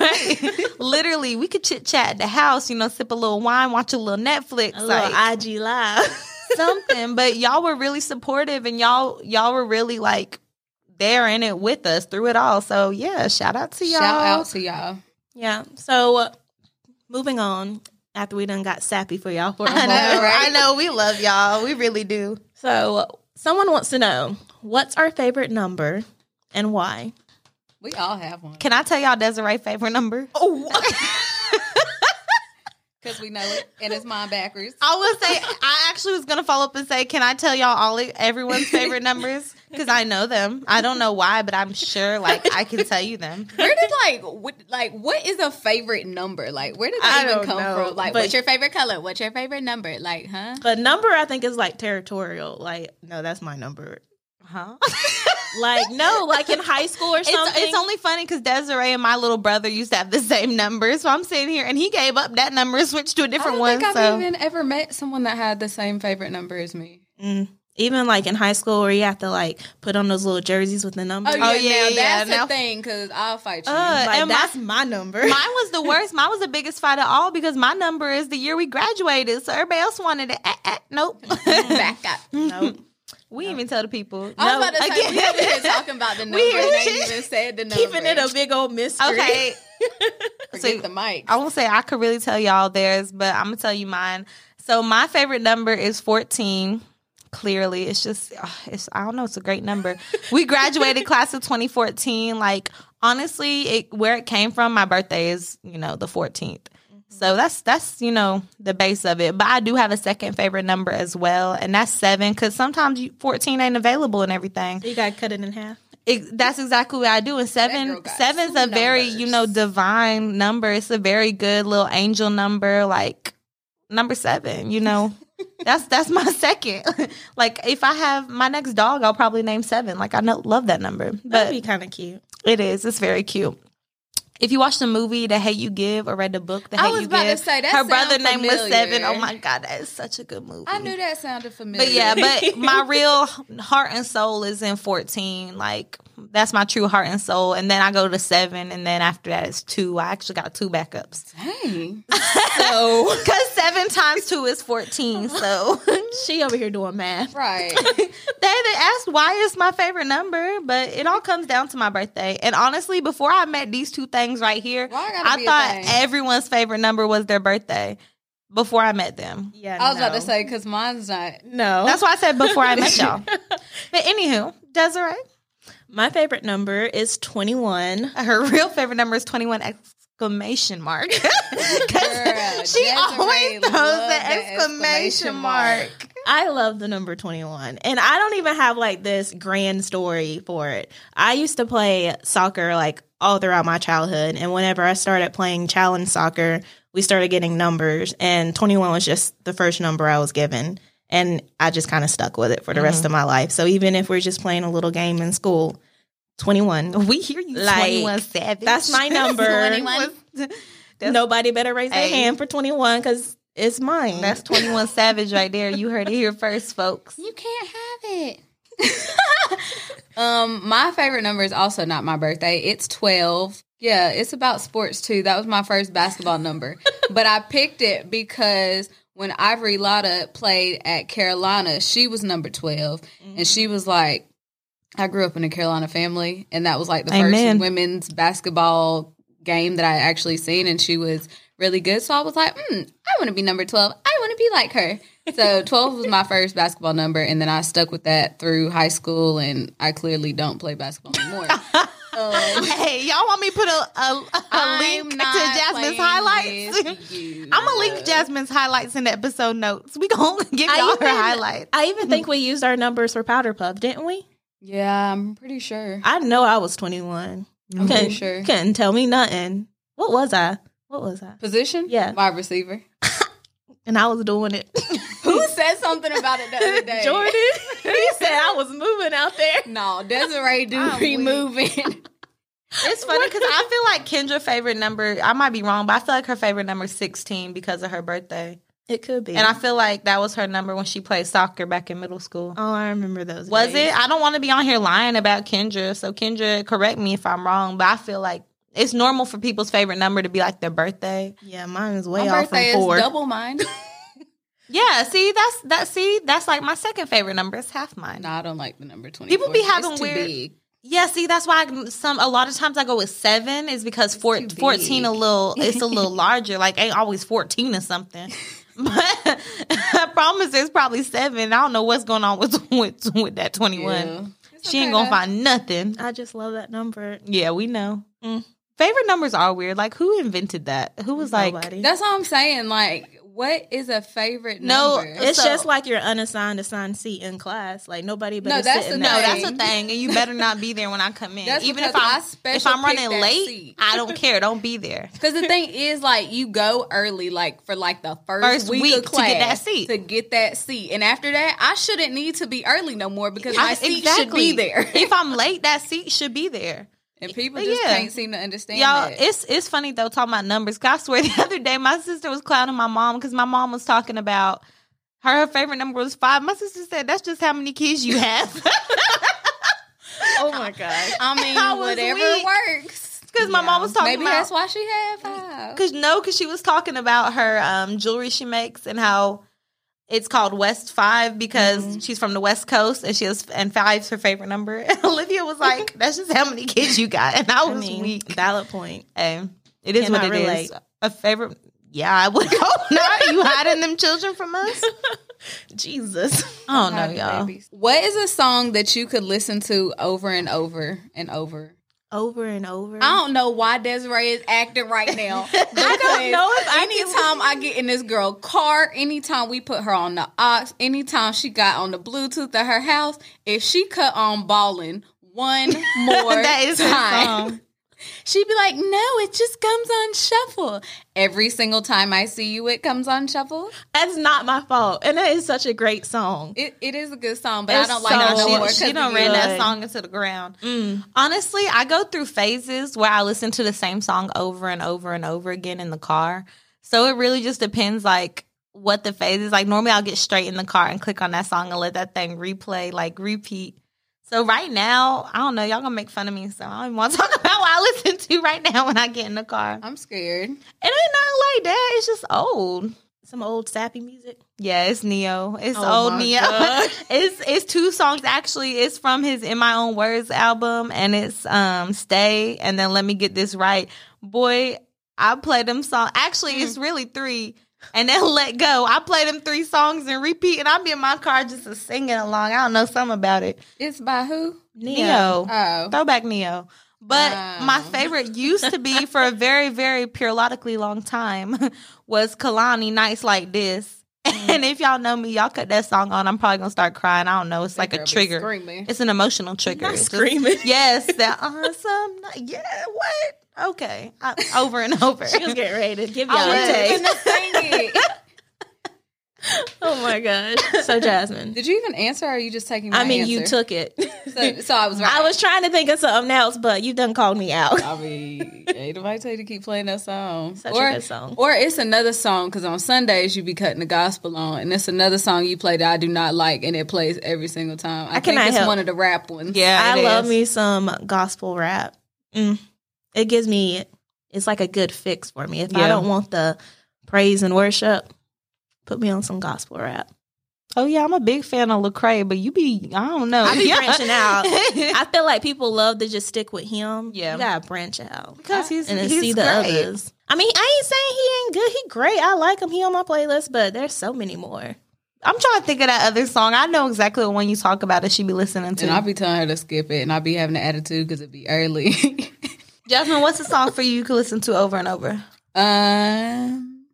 Speaker 3: [laughs] right? Literally, we could chit chat at the house, you know, sip a little wine, watch a little Netflix,
Speaker 1: a
Speaker 3: like
Speaker 1: little IG live. [laughs]
Speaker 3: something. But y'all were really supportive, and y'all y'all were really like there in it with us through it all. So yeah, shout out to y'all.
Speaker 2: Shout out to y'all.
Speaker 1: yeah. So uh, moving on after we done got sappy for y'all for a
Speaker 3: I know,
Speaker 1: moment.
Speaker 2: right?
Speaker 3: I know, we love y'all. We really do.
Speaker 1: So someone wants to know, what's our favorite number and why?
Speaker 2: We all have one
Speaker 3: Can I tell y'all Desiree favorite number?
Speaker 2: because we know it, and it's mine backwards.
Speaker 3: I would say I actually was gonna follow up and say, can I tell y'all all e, everyone's favorite numbers? [laughs] Because I know them. I don't know why, but I'm sure like I can tell you [laughs] them.
Speaker 2: [laughs] Where did like what like what is a favorite number? Like where did
Speaker 1: I
Speaker 2: that even
Speaker 1: don't
Speaker 2: come
Speaker 1: know,
Speaker 2: from? Like
Speaker 1: but-
Speaker 2: what's your favorite color? What's your favorite number? Like, huh?
Speaker 1: But number, I think, is like territorial. Like, no, that's my number.
Speaker 3: Huh?
Speaker 1: Like, no, like in high [laughs] school or
Speaker 3: It's,
Speaker 1: something.
Speaker 3: it's only funny because Desiree and my little brother used to have the same number, so I'm sitting here and he gave up that number and switched to a
Speaker 2: I
Speaker 3: different
Speaker 2: don't
Speaker 3: one.
Speaker 2: think I've
Speaker 3: so
Speaker 2: even ever met someone that had the same favorite number as me.
Speaker 1: Mm. even like in high school where you have to like put on those little jerseys with the number.
Speaker 2: Oh yeah,
Speaker 3: yeah,
Speaker 2: now
Speaker 3: yeah,
Speaker 2: that's
Speaker 3: now-
Speaker 2: the thing because I'll fight you.
Speaker 3: Uh,
Speaker 1: Like,
Speaker 3: and my-
Speaker 1: that's my, [laughs] number.
Speaker 3: mine was the worst. Mine was the biggest fight of all because my number is the year we graduated, so everybody else wanted it. Ah, ah, nope,
Speaker 2: [laughs] Back up.
Speaker 1: Nope. [laughs]
Speaker 3: we didn't even tell the people.
Speaker 2: I
Speaker 3: [laughs]
Speaker 2: was about to say
Speaker 3: Again.
Speaker 2: we over here talking about
Speaker 3: [laughs]
Speaker 2: the number.
Speaker 3: We-
Speaker 2: and
Speaker 3: we-
Speaker 2: they even said the number.
Speaker 1: Keeping it a big old mystery.
Speaker 3: [laughs] okay,
Speaker 2: Forget
Speaker 3: so-
Speaker 2: the mic.
Speaker 3: I won't say I could really tell y'all theirs, but I'm gonna tell you mine. So my favorite number is 14. Clearly, it's just ugh, it's I don't know, it's a great number. we graduated class of 2014. Like honestly, it where it came from, my birthday is, you know, the 14th. So that's that's you know the base of it, but I do have a second favorite number as well, and that's seven because sometimes you, fourteen ain't available and everything.
Speaker 1: You got to cut it in half.
Speaker 3: It, that's exactly what I do. And
Speaker 2: girl
Speaker 3: seven,
Speaker 2: got
Speaker 3: seven's a
Speaker 2: some
Speaker 3: very
Speaker 2: numbers.
Speaker 3: you know divine number. It's a very good little angel number, like number seven. You
Speaker 2: [laughs]
Speaker 3: know, that's that's my second. [laughs] like if I have my next dog, I'll probably name seven. Like I know, love that number,
Speaker 1: That'd
Speaker 3: but
Speaker 1: be kind of cute.
Speaker 3: it is. It's very cute. If you watched the movie The Hate You Give or read the book The
Speaker 2: I
Speaker 3: Hate
Speaker 2: was
Speaker 3: You
Speaker 2: about to
Speaker 3: Give,
Speaker 2: say, that
Speaker 3: her
Speaker 2: sound
Speaker 3: brother name was
Speaker 2: familiar.
Speaker 3: Seven. Oh my god, that is such a good movie.
Speaker 2: I knew that sounded familiar.
Speaker 3: But
Speaker 2: [laughs]
Speaker 3: yeah, but my real heart and soul is in 14. Like that's my true heart and soul. And then I go to 7 and then after that it's 2. I actually got two backups.
Speaker 2: [laughs] dang. So
Speaker 3: [laughs] Cuz 7 times 2 is 14. So
Speaker 1: She over here
Speaker 3: [laughs]
Speaker 1: doing math.
Speaker 2: right,
Speaker 3: they they asked why is my favorite number, but it all comes down to my birthday. And honestly, before I met these two things right here,
Speaker 2: Why gotta
Speaker 3: I
Speaker 2: be a
Speaker 3: thought
Speaker 2: thing?
Speaker 3: everyone's favorite number was their birthday before I met them.
Speaker 1: Yeah,
Speaker 2: I was about
Speaker 1: no.
Speaker 2: to say because mine's not.
Speaker 1: no.
Speaker 3: That's why I said before I [laughs] met y'all. But anywho, Desiree,
Speaker 1: my favorite number is twenty one.
Speaker 3: her real favorite number is twenty one exclamation mark. [laughs] 'Cause
Speaker 2: Girl,
Speaker 3: she
Speaker 2: Desiree
Speaker 3: always throws
Speaker 2: love
Speaker 3: the
Speaker 2: that
Speaker 3: exclamation
Speaker 2: exclamation
Speaker 3: mark.
Speaker 2: mark.
Speaker 1: I love the number 21. And I don't even have like this grand story for it. I used to play soccer like all throughout my childhood. And whenever I started playing challenge soccer, we started getting numbers. And 21 was just the first number I was given. And I just kind of stuck with it for the
Speaker 3: Mm-hmm.
Speaker 1: rest of my life. So even if we're just playing a little game in school, 21.
Speaker 3: We hear you,
Speaker 1: Like,
Speaker 3: twenty one savage.
Speaker 1: [laughs] that's
Speaker 3: [laughs]
Speaker 1: my number.
Speaker 3: 21. That's-
Speaker 1: Nobody better raise their
Speaker 3: Hey.
Speaker 1: hand for 21 because it's mine.
Speaker 3: That's twenty one savage right there. You heard it here first, folks.
Speaker 2: You can't have it. um, my favorite number is also not my birthday. It's twelve. Yeah, it's about sports too. That was my first basketball number, but I picked it because when Ivory Lotta played at Carolina, she was number 12 and she was like, I grew up in a Carolina family, and that was like the
Speaker 3: Amen.
Speaker 2: first women's basketball game that I actually seen, and she was really good. So I was like, mm, I want to be number twelve. I want to be like her.
Speaker 3: [laughs]
Speaker 2: So twelve was my first basketball number, and then I stuck with that through high school, and I clearly don't play basketball
Speaker 3: [laughs]
Speaker 2: anymore. um,
Speaker 3: Hey, y'all want me to put a, a, a link to Jasmine's highlights? [laughs] I'm gonna link Jasmine's highlights in the episode notes. We gonna [laughs] give
Speaker 1: I
Speaker 3: y'all her
Speaker 1: even-
Speaker 3: highlights.
Speaker 1: I
Speaker 3: [laughs]
Speaker 1: even think we used our numbers for Powder Puff, didn't we?
Speaker 2: Yeah, I'm pretty sure.
Speaker 1: I know I was 21.
Speaker 2: I'm pretty
Speaker 1: Couldn't,
Speaker 2: sure.
Speaker 1: couldn't tell me nothing. What was I? What was I?
Speaker 2: Position?
Speaker 1: Yeah.
Speaker 3: [laughs]
Speaker 2: Wide receiver.
Speaker 1: And I was doing it. [laughs]
Speaker 2: Who said something about it
Speaker 3: [laughs]
Speaker 2: the other day?
Speaker 1: Jordan, [laughs] he said I was moving out there.
Speaker 2: No, Desiree do
Speaker 3: I'm
Speaker 2: be
Speaker 3: weak.
Speaker 2: moving. [laughs]
Speaker 3: It's funny because I feel like Kendra's favorite number. I might be wrong, but I feel like her favorite number is 16 because of her birthday,
Speaker 1: It could be.
Speaker 3: and I feel like that was her number when she played soccer back in middle school.
Speaker 1: oh, I remember those.
Speaker 3: Was
Speaker 1: days.
Speaker 3: it? I don't want to be on here lying about Kendra. So Kendra, correct me if I'm wrong, but I feel like it's normal for people's favorite number to be like their birthday.
Speaker 1: Yeah, mine was way
Speaker 2: My
Speaker 1: off
Speaker 2: birthday
Speaker 1: from
Speaker 2: is
Speaker 1: four.
Speaker 2: double mine.
Speaker 3: Yeah, see, that's that. See, that's like my second favorite number. It's half mine.
Speaker 2: [laughs] no, I don't like the number twenty.
Speaker 3: People be having
Speaker 2: it's
Speaker 3: weird-
Speaker 2: Too big.
Speaker 3: Yeah, see, that's why I, some a lot of times I go with seven is because four,
Speaker 2: too big.
Speaker 3: 14 a little it's a [laughs] little larger. Like ain't always fourteen or something. [laughs] But I promise it's probably seven. I don't know what's going on with [laughs] with, with that twenty one.
Speaker 2: Yeah. It's
Speaker 3: She
Speaker 2: okay,
Speaker 3: ain't gonna
Speaker 2: though.
Speaker 3: find nothing.
Speaker 1: I just love that number.
Speaker 3: Yeah, we know.
Speaker 1: Mm.
Speaker 3: Favorite numbers are weird. Like who invented that? Who was like
Speaker 1: Nobody.
Speaker 2: That's all I'm saying. Like, what is a favorite
Speaker 3: No,
Speaker 2: number?
Speaker 3: it's-
Speaker 1: it's
Speaker 3: so-
Speaker 1: just like your unassigned assigned seat in class. Like nobody but
Speaker 2: No, that's
Speaker 1: sitting
Speaker 2: the-
Speaker 3: No,
Speaker 1: there.
Speaker 3: that's a thing, and you better not be there when I come [laughs] in.
Speaker 2: That's
Speaker 3: Even if
Speaker 2: because I
Speaker 3: I'm if
Speaker 2: special
Speaker 3: I'm running
Speaker 2: picked that
Speaker 3: late,
Speaker 2: seat.
Speaker 3: I don't care. Don't be there.
Speaker 2: because the thing is, like, you go early, like for like the first,
Speaker 3: First
Speaker 2: week,
Speaker 3: week
Speaker 2: of
Speaker 3: to
Speaker 2: class
Speaker 3: get that seat.
Speaker 2: to get that seat, and after that, I shouldn't need to be early no more because my
Speaker 3: I-
Speaker 2: seat should be there.
Speaker 3: [laughs] if I'm late, that seat should be there.
Speaker 2: and people
Speaker 3: But
Speaker 2: just
Speaker 3: yeah.
Speaker 2: can't seem to understand.
Speaker 3: Y'all,
Speaker 2: that.
Speaker 3: it's it's funny though talking about numbers. 'cause I swear [laughs] the other day my sister was clowning my mom because my mom was talking about her, her favorite number was five. My sister said that's just how many kids you have [laughs]
Speaker 1: oh my [laughs] gosh.
Speaker 2: I mean,
Speaker 3: I was
Speaker 2: whatever
Speaker 3: weak.
Speaker 2: works.
Speaker 3: because my mom was talking
Speaker 2: Maybe
Speaker 3: about
Speaker 2: that's why she had five.
Speaker 3: because no because she was talking about her um, jewelry she makes and how it's called West Five because
Speaker 2: Mm-hmm.
Speaker 3: she's from the West Coast and she has and five's her favorite number. [laughs] And Olivia
Speaker 2: [laughs]
Speaker 3: was like, "That's just how many kids you got," and I
Speaker 1: I
Speaker 3: was
Speaker 1: mean,
Speaker 3: weak.
Speaker 1: valid point.
Speaker 3: Hey, it is
Speaker 1: Cannot
Speaker 3: what it is.
Speaker 1: relate.
Speaker 3: A favorite. Yeah, I would [laughs] go. no, you hiding them children from us?
Speaker 1: [laughs] Jesus.
Speaker 3: I don't
Speaker 2: Hide
Speaker 3: know,
Speaker 2: the
Speaker 3: Oh, y'all.
Speaker 2: babies. What is a song that you could listen to over and over and over?
Speaker 1: Over and over.
Speaker 2: I don't know why Desiree is acting right
Speaker 3: [laughs]
Speaker 2: now. I
Speaker 1: don't know if I can-
Speaker 2: anytime I get in this girl car, anytime we put her on the ox, anytime she got on the Bluetooth at
Speaker 3: [laughs]
Speaker 2: her house, if she cut on balling one more
Speaker 3: that is her
Speaker 2: time,
Speaker 1: Um,
Speaker 3: song.
Speaker 2: She'd be like, "No, it just comes on shuffle." Every single time I see you, it comes on shuffle.
Speaker 1: [laughs] That's not my fault. And that is such a great song.
Speaker 2: It, it is a good song, but
Speaker 1: It's
Speaker 2: I don't
Speaker 1: so-
Speaker 2: like it no more.
Speaker 3: she,
Speaker 2: 'cause
Speaker 3: she done
Speaker 2: you-
Speaker 3: ran that
Speaker 1: good.
Speaker 3: song into the ground.
Speaker 1: Mm.
Speaker 3: Honestly, I go through phases where I listen to the same song over and over and over again in the car. So it really just depends, like what the phase is. Like normally, I'll get straight in the car and click on that song and let that thing replay, like repeat. So right now, I don't know. Y'all gonna make fun of me, so I don't even want to [laughs] talk about what I listen to right now when I get in the car.
Speaker 2: I'm
Speaker 3: It
Speaker 2: scared.
Speaker 3: ain't nothing like that. It's just old.
Speaker 1: Some old sappy music.
Speaker 3: Yeah, it's Neo. It's
Speaker 1: Oh
Speaker 3: old
Speaker 1: my
Speaker 3: Neo.
Speaker 1: God.
Speaker 3: [laughs] it's it's two songs actually. It's from his In My Own Words album and it's um Stay and then Let Me Get This Right. Boy, I play them song. Actually,
Speaker 1: Mm.
Speaker 3: it's really three. And then [laughs] Let Go. I play them three songs and repeat and I'll be in my car just a singing along. I don't know something about it.
Speaker 2: It's by who?
Speaker 3: Neo.
Speaker 2: Oh,
Speaker 3: Throwback Neo. But
Speaker 2: Wow.
Speaker 1: Oh.
Speaker 3: my favorite used to be for a very, very periodically long time [laughs] was Kalani Nights Like This. [laughs]
Speaker 1: Mm.
Speaker 3: And if y'all know me, y'all cut that song on, I'm probably gonna start crying. I don't know. It's like
Speaker 2: Girl
Speaker 3: a
Speaker 2: be
Speaker 3: trigger.
Speaker 2: Screaming.
Speaker 3: It's an emotional trigger.
Speaker 1: Not
Speaker 3: It's just-
Speaker 1: screaming.
Speaker 3: [laughs] yes,
Speaker 1: [laughs]
Speaker 3: that awesome. Yeah, what? Okay, I, over
Speaker 1: [laughs]
Speaker 3: and over.
Speaker 1: She was getting ready to give y'all
Speaker 3: I
Speaker 1: a
Speaker 3: was.
Speaker 1: taste.
Speaker 2: Even [laughs] sing it.
Speaker 3: [laughs]
Speaker 1: Oh my gosh. So Jasmine.
Speaker 2: Did you even answer? or Are you just taking? My
Speaker 1: I mean, you
Speaker 2: answer?
Speaker 1: took it.
Speaker 2: So, so I was right.
Speaker 1: [laughs] I was trying to think of something else, but you done called me out.
Speaker 2: I mean, ain't nobody tell you to keep playing that song.
Speaker 1: Such a
Speaker 2: or,
Speaker 1: good song.
Speaker 2: Or it's another song because on Sundays you be cutting the gospel on, and it's another song you play that I do not like, and it plays every single time. I,
Speaker 1: I
Speaker 2: think
Speaker 1: cannot
Speaker 2: it's
Speaker 1: help.
Speaker 2: one of the rap ones.
Speaker 3: Yeah,
Speaker 1: I
Speaker 3: it
Speaker 1: love
Speaker 3: is.
Speaker 1: me some gospel rap. Mm. It gives me, it's like a good fix for me. If
Speaker 3: Yeah.
Speaker 1: I don't want the praise and worship, put me on some
Speaker 3: [laughs]
Speaker 1: gospel rap.
Speaker 3: Oh yeah, I'm a big fan of Lecrae, but you be I don't know.
Speaker 1: I be
Speaker 3: Yeah. [laughs]
Speaker 1: branching out. I feel like people love to just stick with him.
Speaker 3: Yeah.
Speaker 1: You gotta branch out.
Speaker 3: because he's
Speaker 1: and then
Speaker 3: he's
Speaker 1: see the
Speaker 3: great.
Speaker 1: others. I mean, I ain't saying he ain't good. He great. I like him. He on my playlist, but there's so many more.
Speaker 3: I'm trying to think of that other song. I know exactly the one you talk about that she be listening to.
Speaker 2: And I'll be telling her to skip it, and I'll be having an attitude because it'd be early. [laughs]
Speaker 3: Jasmine, what's a song for you you can listen to over and over?
Speaker 2: um,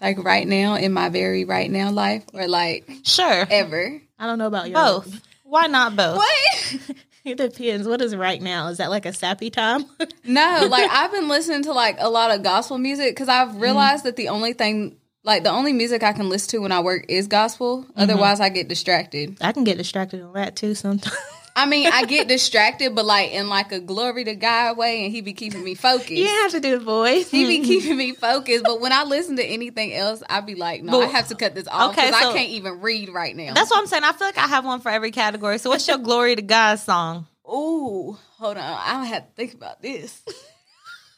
Speaker 2: like right now in my very right now life, or like
Speaker 3: Sure. [laughs]
Speaker 2: ever.
Speaker 1: I don't know about your
Speaker 3: Both. Why not both?
Speaker 2: What?
Speaker 1: [laughs] It depends. What is right now? Is that like a sappy time? [laughs]
Speaker 2: No, like I've been listening to like a lot of gospel music because I've
Speaker 3: Mm-hmm.
Speaker 2: realized that the only thing, like the only music I can listen to when I work is gospel.
Speaker 3: Mm-hmm.
Speaker 2: Otherwise, I get distracted.
Speaker 1: I can get distracted on that too sometimes.
Speaker 2: I mean,
Speaker 3: [laughs]
Speaker 2: I get distracted, but like in like a glory to God way, and He be keeping me focused.
Speaker 1: [laughs] You didn't have to do the voice.
Speaker 2: He
Speaker 3: Mm-hmm.
Speaker 2: be keeping me focused, but when I listen to anything else, I be like, no, I
Speaker 3: But-
Speaker 2: have to cut this off
Speaker 3: Okay,
Speaker 2: because
Speaker 3: so-
Speaker 2: I can't even read right now.
Speaker 3: That's what I'm saying. I feel like I have one for every category. So [laughs] what's your glory to God song?
Speaker 2: Ooh, hold on, I don't have to think about this. [laughs]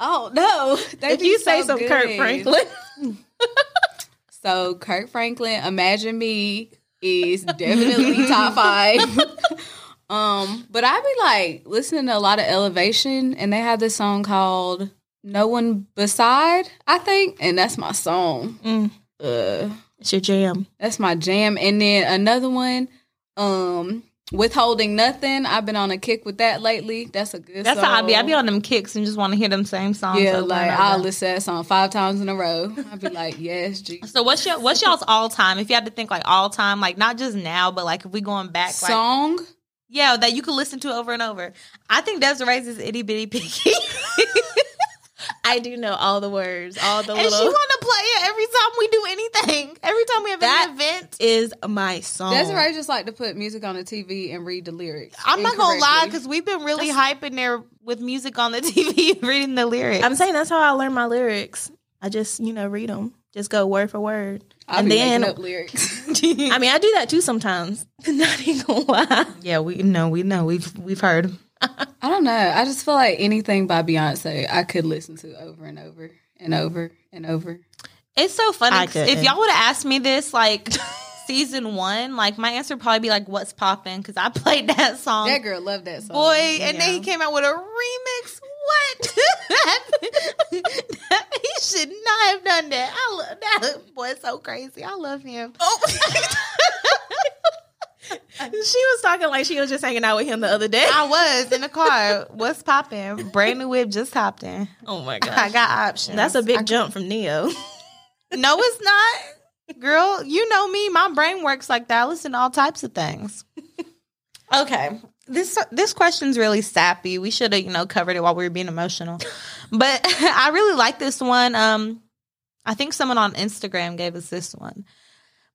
Speaker 2: Oh no!
Speaker 1: if you say some Kurt Franklin,
Speaker 2: [laughs]
Speaker 1: [laughs]
Speaker 2: So Kurt Franklin, Imagine Me is
Speaker 1: [laughs]
Speaker 2: definitely top five. [laughs] um, but I be like listening to a lot of Elevation, and they have this song called "No One Beside," I think, and that's my song.
Speaker 1: Mm.
Speaker 2: Uh,
Speaker 1: [laughs] it's your jam.
Speaker 2: that's my jam. And then another one, um, "Withholding Nothing." I've been on a kick with that lately. That's a good.
Speaker 3: That's
Speaker 2: song.
Speaker 3: how I be. I be on them kicks and just want to hear them same songs.
Speaker 2: Yeah,
Speaker 3: over and
Speaker 2: like
Speaker 3: over.
Speaker 2: I'll listen to that song five times in a row. I'd be like, [laughs] "Yes, Jesus."
Speaker 3: So what's your what's y'all's all time? If you had to think like all time, like not just now, but like if we going back, like
Speaker 2: Song.
Speaker 3: yeah, that you could listen to over and over. I think Desiree's is itty bitty [laughs] picky,
Speaker 1: I do know all the words, all the
Speaker 3: and she
Speaker 1: little.
Speaker 3: want to play it every time we do anything, every time we have
Speaker 1: That-
Speaker 3: an event.
Speaker 1: Is my song.
Speaker 2: Desiree just like to put music on the TV and read the lyrics.
Speaker 3: I'm not gonna lie
Speaker 2: incorrectly.
Speaker 3: because we've been really hyping there with music on the [laughs] TV, reading the lyrics.
Speaker 1: I'm saying that's how I learn my lyrics. I just you know read them. Just go word for word,
Speaker 2: I'll
Speaker 1: and
Speaker 2: be
Speaker 1: then
Speaker 2: making up
Speaker 3: [laughs]
Speaker 2: lyrics. [laughs]
Speaker 1: I mean I do that too sometimes. [laughs] Not even gonna lie.
Speaker 3: yeah, we know, we know, we've we've heard.
Speaker 2: I don't know. I just feel like anything by Beyonce I could listen to over and over and over and over.
Speaker 3: It's so funny.
Speaker 1: I
Speaker 3: 'cause If
Speaker 1: couldn't.
Speaker 3: y'all would have asked me this, like season one, like my answer would probably be like, "What's poppin'?" Because I played that song,
Speaker 2: That girl loved that song.
Speaker 3: Um, boy, and then he
Speaker 1: Yeah.
Speaker 3: came out with a remix. What? [laughs] That- he should not have done that. I love that boy. So crazy. I love him.
Speaker 1: She was talking like she was just hanging out with him the other day.
Speaker 3: I was in the car. What's poppin'? Brand new whip just hopped in.
Speaker 1: oh [laughs] my
Speaker 3: I
Speaker 1: gosh,
Speaker 3: got options.
Speaker 1: that's a big jump from Neo. [laughs]
Speaker 3: No, it's not. Girl, you know me. My brain works like that. I listen to all types of things. Okay. This this question's really sappy. We should have, you know, covered it while we were being emotional. But [laughs] I really like this one. Um I think someone on Instagram gave us this one.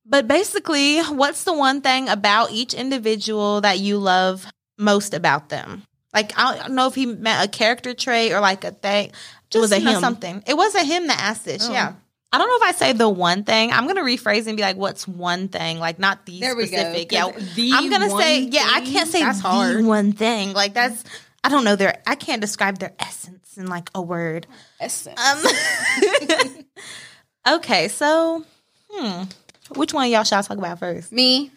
Speaker 3: But basically, what's the one thing about each individual that you love most about them? Like I don't know if he meant a character trait or like a thing. Just
Speaker 1: was a
Speaker 3: you know,
Speaker 1: him.
Speaker 3: something. It wasn't him that asked this.
Speaker 1: Oh.
Speaker 3: Yeah. I don't know if I say the one thing. I'm gonna rephrase and be like, "What's one thing?" Like not the
Speaker 2: There we
Speaker 3: specific.
Speaker 2: go. 'Cause
Speaker 3: Yeah,
Speaker 2: the
Speaker 3: I'm gonna
Speaker 2: one
Speaker 3: say, yeah, I can't say
Speaker 1: That's
Speaker 3: the
Speaker 1: hard.
Speaker 3: one thing. Like that's, I don't know their, I can't describe their essence in like a word.
Speaker 2: Essence.
Speaker 3: Um, [laughs] okay, so, hmm, which one of y'all shall I talk about first? Oh,
Speaker 2: Me.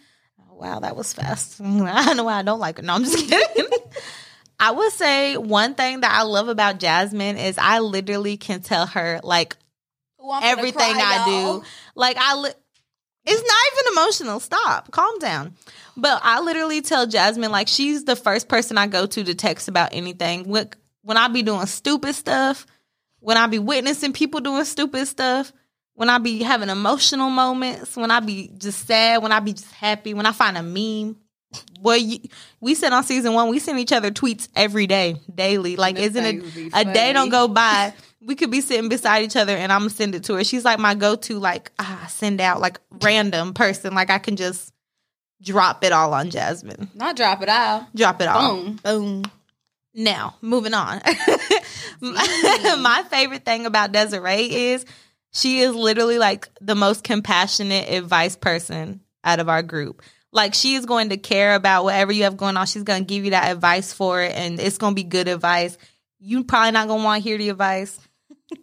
Speaker 3: Wow, that was fast. [laughs] I don't know why I don't like it. No, I'm just [laughs] kidding. I would say one thing that I love about Jasmine is I literally can tell her like
Speaker 2: Ooh, I'm gonna
Speaker 3: everything
Speaker 2: cry,
Speaker 3: I
Speaker 2: y'all.
Speaker 3: do. Like I li- it's not even emotional. Stop. Calm down. But I literally tell Jasmine like she's the first person I go to to text about anything. When, when I be doing stupid stuff, when I be witnessing people doing stupid stuff, when I be having emotional moments, when I be just sad, when I be just happy, when I find a meme. Well, you, we said on season one, we send each other tweets every day, daily. Like,
Speaker 2: Them
Speaker 3: isn't
Speaker 2: things be
Speaker 3: it a day don't
Speaker 2: funny.
Speaker 3: go go by, we could be sitting beside each other and I'm gonna send it to her. She's like my go to, like, ah, send out, like, random person. Like, I can just drop it all on Jasmine.
Speaker 2: Not drop it out. Mm.
Speaker 3: Drop it all.
Speaker 2: Boom.
Speaker 1: Boom.
Speaker 3: Now, moving on. my, [laughs]
Speaker 2: Mm.
Speaker 3: my favorite thing about Desiree is she is literally like the most compassionate advice person out of our group. Like she is going to care about whatever you have going on. She's going to give you that advice for it and it's going to be good advice. You probably not going to want to hear the
Speaker 2: [laughs]
Speaker 3: advice.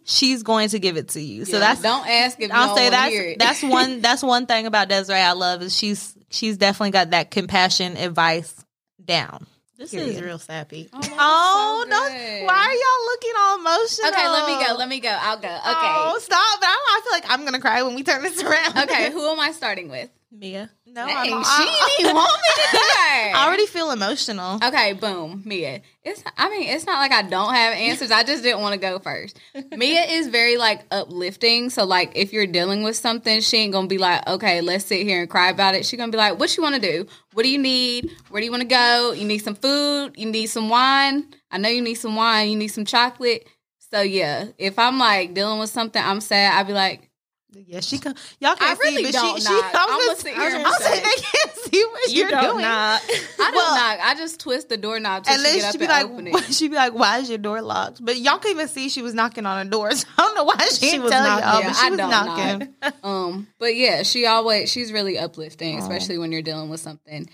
Speaker 3: She's going to give it to you. So
Speaker 2: Yeah,
Speaker 3: that's
Speaker 2: don't ask if you
Speaker 3: I'll
Speaker 2: don't
Speaker 3: say
Speaker 2: wanna
Speaker 3: that's
Speaker 2: hear it. [laughs]
Speaker 3: that's one that's one thing about Desiree I love is she's she's definitely got that compassion advice down.
Speaker 1: This is
Speaker 3: Period.
Speaker 1: real sappy.
Speaker 2: Oh, that was so
Speaker 3: Oh no!
Speaker 2: good.
Speaker 3: Why are y'all looking all emotional?
Speaker 2: Okay, let me go. Let me go. I'll go. Okay.
Speaker 3: Oh, stop! But I, I feel like I'm gonna cry when we turn this around. [laughs]
Speaker 2: Okay, who am I starting with?
Speaker 1: Mia.
Speaker 3: Oh, No,
Speaker 2: Dang,
Speaker 3: I'm,
Speaker 2: she
Speaker 3: I,
Speaker 2: didn't even want
Speaker 3: [laughs]
Speaker 2: me to do her.
Speaker 3: I already feel emotional.
Speaker 2: Okay, boom, Mia. It's I mean, it's not like I don't have answers. I just didn't want to go first. Mia is very like uplifting. So like if you're dealing with something, she ain't gonna be like, okay, let's sit here and cry about it. She gonna be like, what you wanna do? What do you need? Where do you wanna go? You need some food, you need some wine. I know you need some wine, you need some chocolate. So yeah, if I'm like dealing with something, I'm sad, I'd be like,
Speaker 3: Yeah, she can. Y'all can't
Speaker 2: I really
Speaker 3: see, but
Speaker 2: don't
Speaker 3: she,
Speaker 2: knock.
Speaker 3: she.
Speaker 2: I'm
Speaker 3: I'm,
Speaker 2: gonna
Speaker 3: just,
Speaker 2: sit
Speaker 3: I'm
Speaker 2: here and
Speaker 3: gonna say
Speaker 2: say-
Speaker 3: they can't see what
Speaker 1: You
Speaker 3: are
Speaker 1: don't
Speaker 3: doing.
Speaker 1: knock.
Speaker 2: I don't
Speaker 3: Well-
Speaker 2: knock. I just twist the doorknob till
Speaker 3: And
Speaker 2: she
Speaker 3: then
Speaker 2: get up
Speaker 3: she'd be
Speaker 2: and
Speaker 3: like, [laughs]
Speaker 2: open it.
Speaker 3: she'd be like, "Why is your door locked?" But y'all couldn't even see she was knocking on a door. [laughs] So I don't know why she, didn't
Speaker 1: was
Speaker 3: tell
Speaker 1: knocking.
Speaker 3: y'all,
Speaker 2: Yeah,
Speaker 3: but she
Speaker 2: I
Speaker 3: was
Speaker 2: don't
Speaker 3: knocking.
Speaker 2: [laughs] Um, but yeah, she always she's really uplifting, especially when you're dealing with something.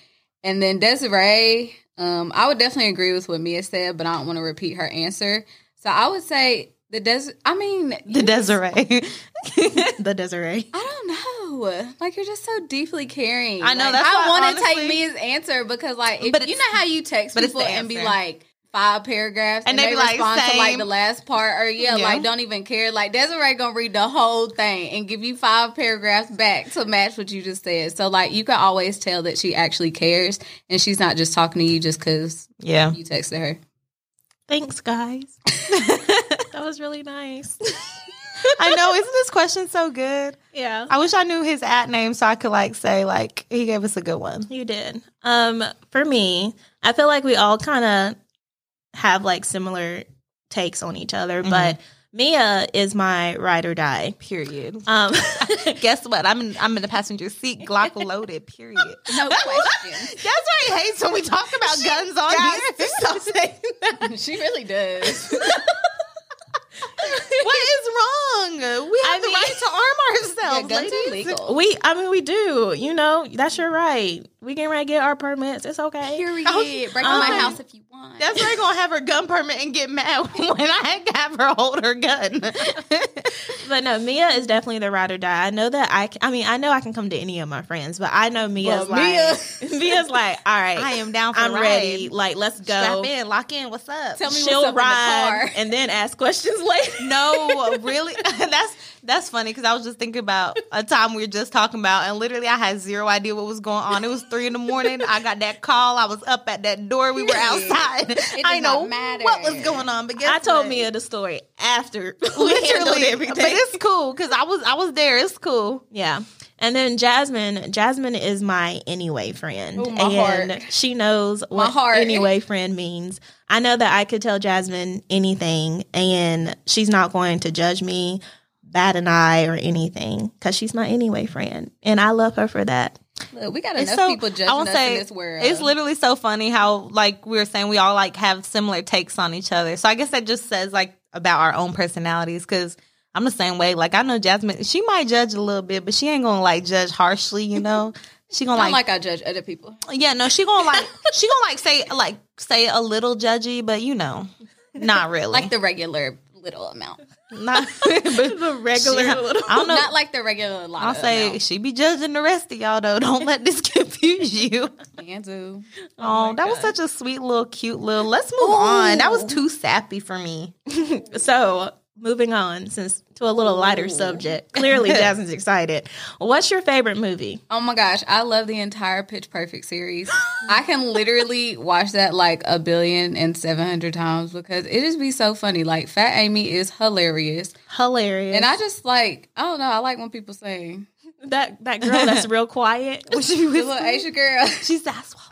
Speaker 2: And then Desiree, um, I would definitely agree with what Mia said, but I don't want to repeat her answer. So I would say the des. I mean,
Speaker 3: The [laughs] Desiree. [laughs]
Speaker 1: The Desiree.
Speaker 2: I don't know. Like you're just so deeply caring.
Speaker 3: I know,
Speaker 2: Like,
Speaker 3: that's
Speaker 2: I
Speaker 3: why,
Speaker 2: want to take
Speaker 3: honestly-
Speaker 2: Mia's answer because, like, if,
Speaker 3: But
Speaker 2: you
Speaker 3: it's-
Speaker 2: know how you text
Speaker 3: but it's
Speaker 2: people
Speaker 3: the
Speaker 2: and be
Speaker 3: answer.
Speaker 2: like. Five paragraphs,
Speaker 3: And
Speaker 2: and,
Speaker 3: they
Speaker 2: they,
Speaker 3: be like,
Speaker 2: respond to like
Speaker 3: same.
Speaker 2: the last part, or yeah,
Speaker 3: Yeah.
Speaker 2: like don't even care. Like Desiree gonna read the whole thing and give you five paragraphs back to match what you just said. So like you can always tell that she actually cares, and she's not just talking to you just because
Speaker 3: yeah.
Speaker 2: you texted her.
Speaker 3: [laughs]
Speaker 1: Thanks, guys. that was really nice.
Speaker 3: I know. Isn't this question so good?
Speaker 1: Yeah.
Speaker 3: I wish I knew his at name so I could like say like he gave us a good one.
Speaker 1: You did. Um, for me, I feel like we all kind of have like similar takes on each other,
Speaker 3: Mm-hmm.
Speaker 1: but Mia is my ride or die.
Speaker 3: Period.
Speaker 2: [laughs]
Speaker 1: Um, [laughs]
Speaker 3: Guess what? I'm in, I'm in the passenger seat, Glock loaded. Period.
Speaker 2: [laughs] No question.
Speaker 3: That's why he hates when we talk about guns on [laughs] here.
Speaker 2: she really does.
Speaker 3: what is wrong? We have
Speaker 1: I
Speaker 3: the
Speaker 1: mean-
Speaker 3: right to arm
Speaker 2: Yeah,
Speaker 3: ourselves,
Speaker 2: guns are
Speaker 3: ladies.
Speaker 2: legal.
Speaker 1: we, I mean, we do. You know, that's your right. We can right get our permits. It's okay.
Speaker 2: Period. Break
Speaker 1: Um,
Speaker 2: in my house if you want.
Speaker 3: Oh, That's why gonna have her gun permit and get mad [laughs] when I have her hold her [laughs] gun.
Speaker 1: But no, Mia is definitely the ride or die. I know that I. Can, I mean, I know I can come to any of my friends, but I know Mia's
Speaker 2: Well, Mia-
Speaker 3: [laughs]
Speaker 1: like [laughs] Mia's like, all right,
Speaker 3: I am down for
Speaker 1: I'm
Speaker 3: the
Speaker 1: ready.
Speaker 3: ride.
Speaker 1: Like, let's go.
Speaker 3: Strap in, lock in. What's up?
Speaker 2: Tell me what's up
Speaker 1: She'll
Speaker 2: in the
Speaker 1: ride
Speaker 2: car.
Speaker 1: and then ask questions [laughs] later.
Speaker 3: No, really. [laughs] that's that's funny because I was just thinking about a time we were just talking about, and literally I had zero idea what was going on. It was three in the morning. I got that call. I was up at that door. We were outside. [laughs]
Speaker 2: does
Speaker 3: I know
Speaker 2: not matter.
Speaker 3: what was going on, but guess
Speaker 1: I told
Speaker 3: what? [laughs]
Speaker 1: Mia the story after [laughs] we handled
Speaker 3: literally,
Speaker 1: everything.
Speaker 3: but it's cool because I was I was there. It's cool.
Speaker 1: Yeah. And then Jasmine, Jasmine is my anyway friend.
Speaker 2: Ooh, my
Speaker 1: and
Speaker 2: heart.
Speaker 1: she knows what
Speaker 2: heart.
Speaker 1: anyway friend means. I know that I could tell Jasmine anything and she's not going to judge me, bat an eye or anything because she's my anyway friend. And I love her for
Speaker 2: [laughs]
Speaker 1: that.
Speaker 2: Look, we got
Speaker 3: It's
Speaker 2: enough
Speaker 3: so-
Speaker 2: people judging
Speaker 3: I will
Speaker 2: us
Speaker 3: say,
Speaker 2: in this world.
Speaker 3: It's literally so funny how like we were saying we all like have similar takes on each other. So I guess that just says like about our own personalities because I'm the same way. Like I know Jasmine, she might judge a little bit, but she ain't gonna like judge harshly. You
Speaker 2: [laughs]
Speaker 3: know, she gonna
Speaker 2: not
Speaker 3: like,
Speaker 2: like I judge other people.
Speaker 3: yeah, no, she gonna like she gonna like say like say a little judgy, but you know,
Speaker 2: [laughs]
Speaker 3: not really.
Speaker 2: Like the regular little amount.
Speaker 3: not, [laughs] but
Speaker 1: The regular
Speaker 3: little- I
Speaker 2: [laughs]
Speaker 3: don't know.
Speaker 2: Not like the regular lot.
Speaker 3: I'll say [laughs]
Speaker 2: amount.
Speaker 3: she be judging the rest of y'all though. Don't let this [laughs] confuse you.
Speaker 2: Yeah, do.
Speaker 3: Oh, that was such a sweet little cute little. Let's move on. That was
Speaker 2: Ooh.
Speaker 3: too sappy for me.
Speaker 1: So moving on since to a little lighter
Speaker 2: Ooh. [laughs]
Speaker 1: subject. Clearly Jasmine's excited. What's your favorite movie?
Speaker 2: Oh my gosh, I love the entire Pitch Perfect
Speaker 3: [gasps]
Speaker 2: series. I can literally watch that like a billion and seven hundred times because it just be so funny. Like Fat Amy is hilarious,
Speaker 1: Hilarious.
Speaker 2: and I just like I don't know. I like when people sing.
Speaker 1: that that girl that's real
Speaker 2: [laughs]
Speaker 1: quiet.
Speaker 3: Would you
Speaker 2: The little Asian girl, [laughs]
Speaker 3: She's the ass woman.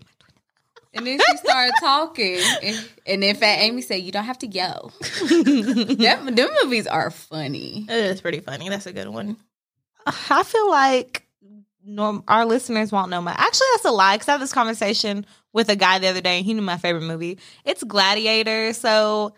Speaker 2: and then she started talking, and, and then Fat Amy said, "You don't have to yell."
Speaker 1: [laughs]
Speaker 2: them, them movies are funny.
Speaker 1: It's pretty funny. That's a good one.
Speaker 3: I feel like norm- our listeners won't know my. Actually, that's a lie because I had this conversation with a guy the other day and he knew my favorite movie. It's Gladiator. So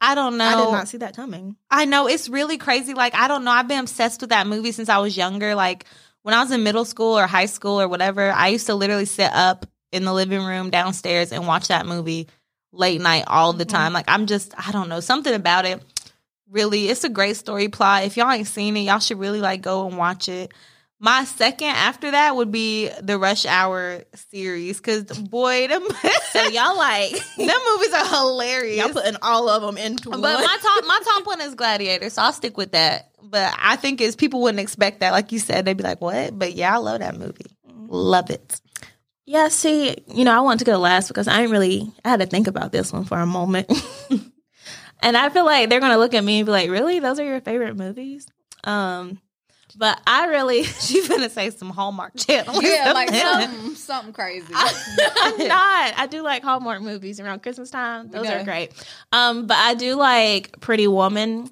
Speaker 3: I don't know.
Speaker 1: I did not see that coming.
Speaker 3: I know it's really crazy. Like I don't know. I've been obsessed with that movie since I was younger. Like when I was in middle school or high school or whatever, I used to literally sit up in the living room downstairs and watch that movie late night all the
Speaker 1: Mhm.
Speaker 3: time. Like I'm just I don't know something about it. Really, it's a great story plot. If y'all ain't seen it, y'all should really like go and watch it. My second after that would be the Rush Hour series because boy, them,
Speaker 1: So y'all like
Speaker 3: [laughs] them movies are hilarious.
Speaker 1: y'all putting all of them into
Speaker 3: But
Speaker 1: one.
Speaker 3: my top my top one is Gladiator, so I'll stick with that. But I think is people wouldn't expect that. Like you said, they'd be like, "What?" But yeah, I love that movie. Love [laughs] it.
Speaker 1: [laughs] yeah, see, you know, I want to go last because I ain't really. I had to think about this one for a moment, [laughs] and I feel like they're gonna look at me and be like, "Really? Those are your favorite movies?" Um, but I really, [laughs]
Speaker 3: She's gonna say some Hallmark channel.
Speaker 2: Yeah, like something, something crazy.
Speaker 1: [laughs] I'm not. I do like Hallmark movies around Christmas time. Those
Speaker 2: know.
Speaker 1: are great. Um, but I do like Pretty Woman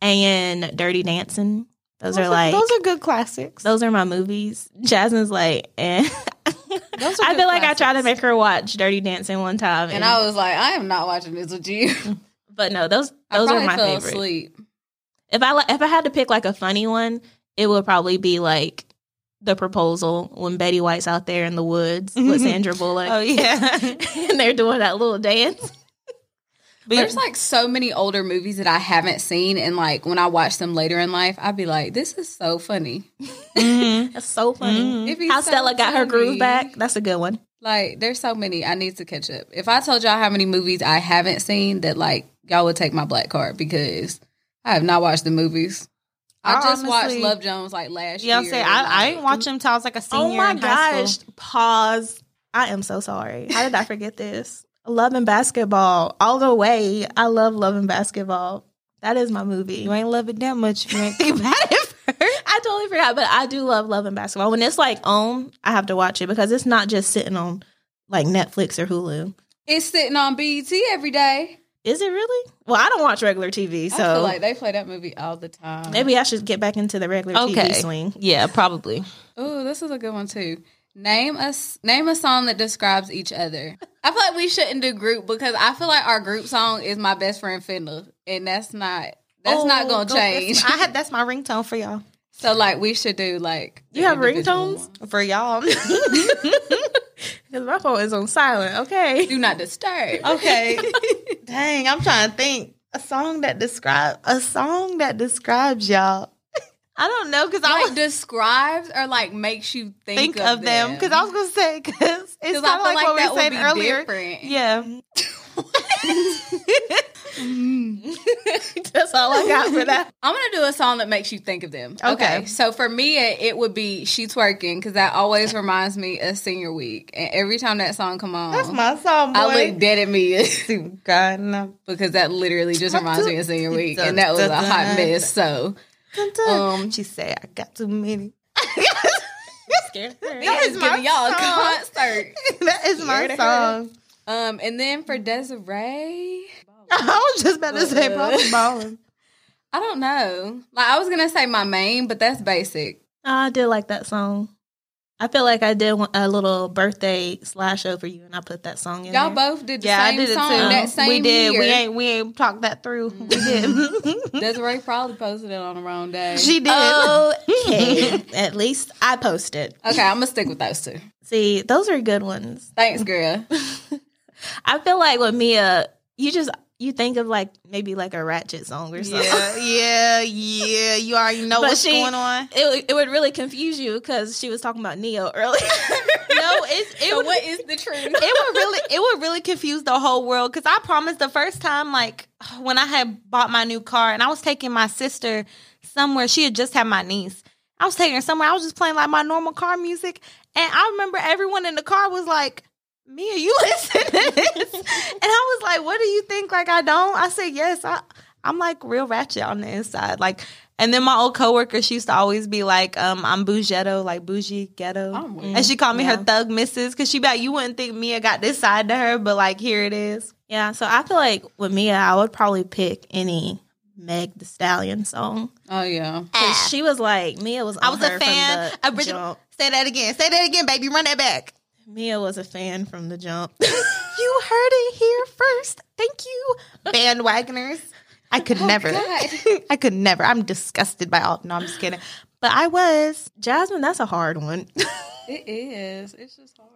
Speaker 1: and Dirty Dancing. Those, are like
Speaker 3: those are good classics.
Speaker 1: those are my movies. Jasmine's like, eh.
Speaker 2: Those
Speaker 1: I
Speaker 2: good
Speaker 1: feel like I tried to
Speaker 2: classics.
Speaker 1: make her watch Dirty Dancing one time,
Speaker 2: And I was like, I am not watching this with you.
Speaker 1: but no, those
Speaker 2: I
Speaker 1: those are
Speaker 2: probably
Speaker 1: my
Speaker 2: fell
Speaker 1: favorite.
Speaker 2: asleep.
Speaker 1: If I li- if I had to pick like a funny one, it would probably be like the proposal when Betty White's out there in the woods with Sandra Bullock,
Speaker 3: oh [laughs] yeah,
Speaker 1: [laughs] and they're doing that little dance.
Speaker 3: but
Speaker 2: There's like so many older movies that I haven't seen, and like when I watch them later in life, I'd be like, "This is so funny."
Speaker 3: mhm.
Speaker 1: That's so funny.
Speaker 3: Mhm.
Speaker 2: It'd be
Speaker 1: Mm-hmm. How
Speaker 2: so
Speaker 1: Stella got her
Speaker 2: funny.
Speaker 1: groove back. That's a good one.
Speaker 2: Like, there's so many. I need to catch up. If I told y'all how many movies I haven't seen, that like y'all would take my black card because I have not watched the movies. I,
Speaker 3: I
Speaker 2: just watched
Speaker 3: honestly-
Speaker 2: Love Jones like last
Speaker 3: yeah. I'm
Speaker 2: year.
Speaker 3: saying I, I
Speaker 2: like-
Speaker 3: didn't watch them till I was like a senior. in high school.
Speaker 1: Oh Pause. I am so sorry. How did [laughs] I forget this? Love and Basketball, all the way. I love Love and Basketball. That is my movie.
Speaker 3: you ain't love it that much. if You [laughs] ain't think about it. first.
Speaker 1: I totally forgot, but I do love Love and Basketball. When it's like on, I have to watch it because it's not just sitting on like Netflix or Hulu.
Speaker 2: It's sitting on BET every day.
Speaker 1: Is it really? Well, I don't watch regular TV,
Speaker 2: I
Speaker 1: so
Speaker 2: feel like they play that movie all the time.
Speaker 1: maybe I should get back into the regular
Speaker 3: Okay.
Speaker 1: TV swing.
Speaker 3: Yeah, probably.
Speaker 2: Oh, this is a good one too. Name us name a song that describes each other. I feel like we shouldn't do group because I feel like our group song is my best friend Fendel, and that's not that's not
Speaker 3: Oh,
Speaker 2: gonna
Speaker 3: go-
Speaker 2: change.
Speaker 3: I had that's my ringtone for y'all.
Speaker 2: so like we should do like
Speaker 1: You have
Speaker 2: individual
Speaker 1: ringtones?
Speaker 2: one.
Speaker 3: For [laughs] y'all.
Speaker 1: Because my phone is on silent.
Speaker 3: [laughs]
Speaker 1: Okay.
Speaker 2: Do not disturb.
Speaker 3: Oh. Okay. Dang, I'm trying to think. A song that describe a song that describes y'all. I don't know because I
Speaker 2: Like
Speaker 3: would
Speaker 2: describes or like makes you think,
Speaker 3: think of them because I was gonna say because it's kind of
Speaker 2: Because I feel
Speaker 3: like, what we
Speaker 2: that
Speaker 3: were
Speaker 2: would
Speaker 3: saying
Speaker 2: be
Speaker 3: earlier.
Speaker 2: different.
Speaker 3: Yeah. Mm.
Speaker 1: [laughs] That's all I got for that.
Speaker 2: I'm gonna do a song that makes you think of them.
Speaker 1: Okay.
Speaker 2: So for me, it, it would be "She Twerking" because that always reminds me of senior week, and every time that song come on,
Speaker 3: That's my song, boy.
Speaker 2: I look dead at me [laughs]
Speaker 3: God, no.
Speaker 2: because that literally just reminds me of senior week, and that was a hot mess. So
Speaker 3: Dun, dun.
Speaker 2: Um,
Speaker 3: she said, I got too
Speaker 1: [laughs]
Speaker 3: many. [laughs]
Speaker 2: that
Speaker 3: is
Speaker 2: is
Speaker 3: my
Speaker 2: giving y'all a
Speaker 3: song.
Speaker 2: concert.
Speaker 3: that is my song. [laughs]
Speaker 2: Um, and then for Desiree,
Speaker 3: I was just about to say, probably balling.
Speaker 2: I don't know. Like I was gonna say my main, but that's basic.
Speaker 1: I did like that song. I feel like I did one- a little birthday slash over you, and I put that song in.
Speaker 2: Y'all
Speaker 1: there. Um,
Speaker 2: both did the
Speaker 3: Yeah,
Speaker 2: same
Speaker 3: I did it
Speaker 2: song
Speaker 3: too.
Speaker 2: that same
Speaker 3: we did.
Speaker 2: year.
Speaker 3: We ain't we ain't talked that through. We
Speaker 1: [laughs]
Speaker 3: did.
Speaker 2: Desiree probably posted it on the wrong day.
Speaker 3: [laughs]
Speaker 2: Oh.
Speaker 3: she did.
Speaker 1: Okay, [laughs] at least I posted.
Speaker 2: okay, I'm gonna stick with those two.
Speaker 1: See, those are good ones.
Speaker 3: [laughs]
Speaker 2: Thanks, girl.
Speaker 1: I feel like with Mia, you just you think of like maybe like a ratchet song or something. [laughs]
Speaker 3: yeah, yeah, yeah. You already know
Speaker 1: But
Speaker 3: what's
Speaker 1: she-
Speaker 3: going on.
Speaker 1: It, would- it would really confuse you because she was talking about Neo
Speaker 3: [laughs]
Speaker 1: earlier.
Speaker 3: No, it's
Speaker 1: [laughs]
Speaker 3: it
Speaker 2: So
Speaker 3: would
Speaker 2: what is the truth?
Speaker 3: [laughs] it would really it would really confuse the whole world because I promised the first time like when I had bought my new car and I was taking my sister somewhere she had just had my niece I was taking her somewhere I was just playing like my normal car music and I remember everyone in the car was like Mia you [laughs] listen to this and I was like what do you think like I don't I said yes I I'm like real ratchet on the inside like. And then my old coworker, she used to always be like, um, "I'm bougetto, like bougie ghetto."
Speaker 2: I'm weird.
Speaker 3: And she called me
Speaker 1: Yeah.
Speaker 3: her thug missus because she be like, you wouldn't think Mia got this side to her, but like, here it is.
Speaker 1: yeah, so I feel like with Mia, I would probably pick any Meg the Stallion song.
Speaker 2: Oh yeah.
Speaker 1: 'Cause she was like Mia was.
Speaker 3: I
Speaker 1: on
Speaker 3: was a
Speaker 1: her from
Speaker 3: fan.
Speaker 1: the
Speaker 3: Original.
Speaker 1: jump.
Speaker 3: Say that again. Say that again, baby. Run that back.
Speaker 1: Mia was a fan from the jump. [laughs]
Speaker 3: You heard it here first. Thank you, bandwagoners. I could
Speaker 1: Oh,
Speaker 3: never.
Speaker 2: God.
Speaker 3: [laughs] I could never. I'm disgusted by all. No, I'm just kidding. But I was.
Speaker 1: Jasmine, that's a
Speaker 3: [laughs]
Speaker 1: hard one.
Speaker 2: It is. It's just hard.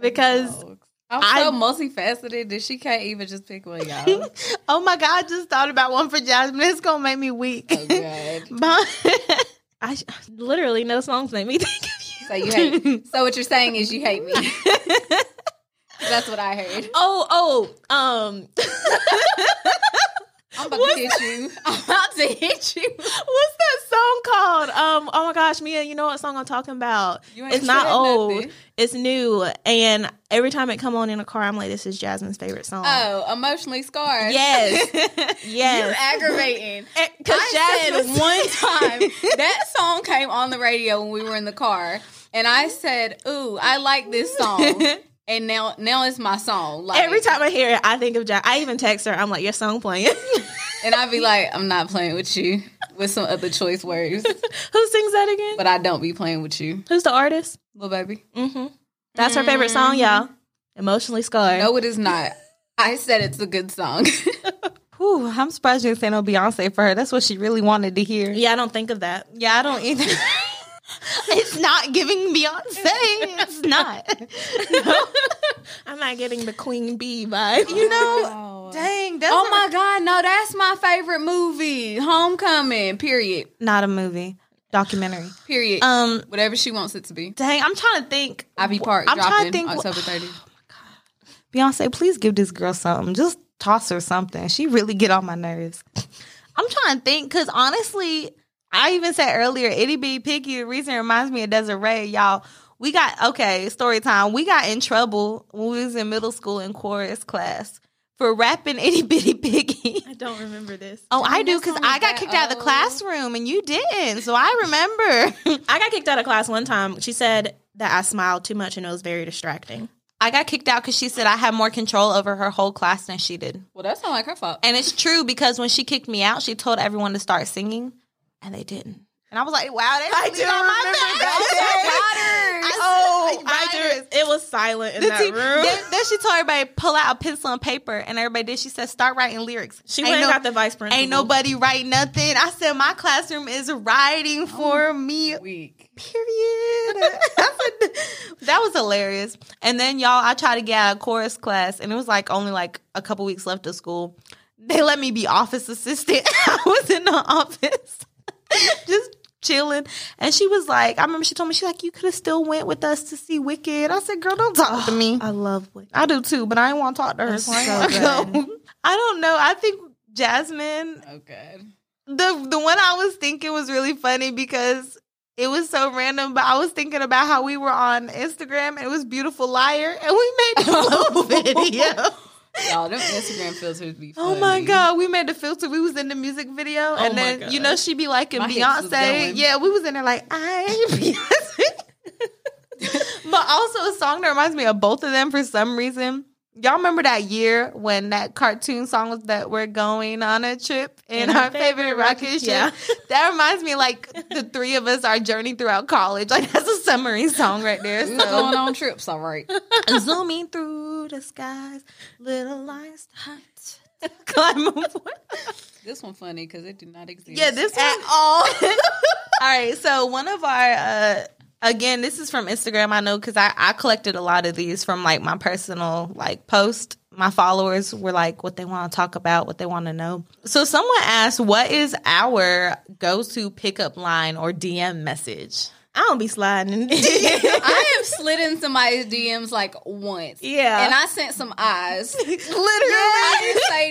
Speaker 1: Because
Speaker 2: I'm
Speaker 1: I-
Speaker 2: so multifaceted that she can't even just pick one,
Speaker 3: [laughs]
Speaker 2: y'all.
Speaker 3: Oh my God! I just thought about one for Jasmine. It's gonna make me weak.
Speaker 1: [laughs]
Speaker 2: Oh god.
Speaker 3: But-
Speaker 1: I sh- literally no songs make me think of you.
Speaker 2: So you hate. So what you're saying is you hate me. [laughs] That's what I heard.
Speaker 1: Oh, oh, um,
Speaker 2: I'm about to hit you. [laughs] I'm about to hit you.
Speaker 1: [laughs] what's that song called? Um, oh my gosh, Mia, you know what song I'm talking about?
Speaker 2: You ain't
Speaker 1: It's not
Speaker 2: said
Speaker 1: old,
Speaker 2: nothing.
Speaker 1: it's new, and every time it come on in the car, I'm like, this is Jasmine's favorite song.
Speaker 2: Oh, emotionally scarred. [laughs]
Speaker 1: Yes,
Speaker 2: You're
Speaker 1: yes.
Speaker 2: aggravating. [laughs]
Speaker 1: Because
Speaker 2: I said
Speaker 1: Jasmine,
Speaker 2: one [laughs] time that song came on the radio when we were in the car, and I said, "Ooh, I like this [laughs] song," and now now it's my song. Like,
Speaker 1: every time I hear it, I think of Jasmine. I even text her. I'm like, your song playing. [laughs]
Speaker 2: and I'd be like, "I'm not playing with you." With some other choice words,
Speaker 1: Who sings that again?
Speaker 2: but I don't be playing with you,
Speaker 1: Who's the artist?
Speaker 2: little baby.
Speaker 1: Mm-hmm. That's her favorite song,
Speaker 2: Mm-hmm.
Speaker 1: y'all. Emotionally scarred.
Speaker 2: No, it is not. I said it's a good song. [laughs]
Speaker 3: Whew, I'm surprised you didn't say no Beyonce for her. That's what she really wanted to hear.
Speaker 1: Yeah, I don't think of that.
Speaker 3: Yeah, I don't either. [laughs] it's not giving Beyonce. [laughs] It's not.
Speaker 1: [laughs] I'm not getting the Queen Bee vibe.
Speaker 3: You
Speaker 1: [laughs]
Speaker 3: know,
Speaker 2: oh
Speaker 3: dang, that's
Speaker 2: my god, no, that's my favorite movie, Homecoming. Period.
Speaker 3: not a movie documentary.
Speaker 2: Period.
Speaker 3: Um,
Speaker 2: Whatever she wants it to be.
Speaker 3: dang, I'm trying to think.
Speaker 2: Ivy Park
Speaker 3: I'm trying to
Speaker 2: dropping
Speaker 3: think what-
Speaker 2: October 30th.
Speaker 3: Beyonce, please give this girl something. Just toss her something. She really get on my nerves. I'm trying to think because honestly, I even said earlier, itty bitty picky. The reason it reminds me of Desiree, y'all. We got okay. Story time. We got in trouble when we was in middle school in chorus class for rapping [laughs] itty bitty
Speaker 2: [laughs]
Speaker 3: piggy.
Speaker 1: I don't remember this.
Speaker 3: Oh, I do
Speaker 2: that
Speaker 3: because
Speaker 2: song
Speaker 3: I
Speaker 2: is
Speaker 3: got
Speaker 2: Oh. that
Speaker 3: kicked out of the
Speaker 2: old.
Speaker 3: classroom and you didn't, so I remember. [laughs]
Speaker 1: I got kicked out of class one time. She said that I smiled too much and it was very distracting.
Speaker 3: I got kicked out because she said I had more control over her whole class than she did.
Speaker 2: Well, that's not like her fault.
Speaker 3: And it's true because when she kicked me out, she told everyone to start singing, and they didn't. And I was like, "Wow, they I do on my [laughs]
Speaker 2: Waters.
Speaker 3: Oh,
Speaker 1: I do. It was silent in
Speaker 3: The
Speaker 1: that
Speaker 3: tea-
Speaker 1: room.
Speaker 3: then, then she told everybody pull out a pencil and paper, and everybody did. She said, "Start writing lyrics."
Speaker 1: She
Speaker 3: Ain't
Speaker 1: went and
Speaker 3: no-
Speaker 1: got the vice principal.
Speaker 3: Ain't nobody write nothing. I said my classroom is writing
Speaker 1: Oh.
Speaker 3: for me.
Speaker 2: Week.
Speaker 3: Period. [laughs] I said, that was hilarious. And then y'all, I tried to get out of chorus class, and it was like only like a couple weeks left of school. They let me be office assistant. [laughs] I was in the office, [laughs] just chilling. And she was like, I remember she told me she like you could have still went with us to see Wicked. I said, girl, don't talk to me.
Speaker 1: [sighs] I love Wicked.
Speaker 3: [laughs] I do too, but I ain't want to talk to her.
Speaker 1: That's
Speaker 3: so I ain't
Speaker 1: so
Speaker 3: wanna
Speaker 1: good.
Speaker 3: go. I don't know. I think Jasmine,
Speaker 2: Oh
Speaker 3: [laughs]
Speaker 2: god.
Speaker 3: the the one I was thinking was really funny because it was so random, but I was thinking about how we were on Instagram and it was beautiful liar and we made a little video.
Speaker 2: Y'all, them Instagram filters be
Speaker 3: Oh
Speaker 2: funny.
Speaker 3: my god, we made the filter. We was in the music video, and
Speaker 1: Oh my
Speaker 3: then
Speaker 1: God.
Speaker 3: you know she be like in
Speaker 2: My hips was
Speaker 3: Beyonce.
Speaker 2: going.
Speaker 3: Yeah, we was in there like I [laughs] Beyonce. but also a song that reminds me of both of them for some reason. Y'all remember that year when that cartoon song was that we're going on a trip in, our, favorite, rocket ship?
Speaker 1: yeah.
Speaker 3: [laughs] That reminds me like the three of us our journey throughout college. Like that's a summary song right there.
Speaker 2: We
Speaker 3: So
Speaker 2: was going on trips, all right.
Speaker 3: Zooming through the skies, little lights start to [laughs] climb upward. [laughs]
Speaker 2: This one funny because it did not exist.
Speaker 3: Yeah, this at
Speaker 1: [laughs]
Speaker 3: all. all right, so one of our uh again, this is from Instagram. I know because I I collected a lot of these from like my personal like post. My followers were like what they want to talk about, what they want to know. So someone asked, "What is our go-to pickup line or DM message?"
Speaker 1: I don't
Speaker 3: [laughs]
Speaker 1: be sliding. [laughs]
Speaker 2: I have slid in somebody's DMs like once.
Speaker 1: Yeah.
Speaker 2: And I sent some
Speaker 3: [laughs]
Speaker 2: eyes. I
Speaker 3: Literally,
Speaker 2: didn't say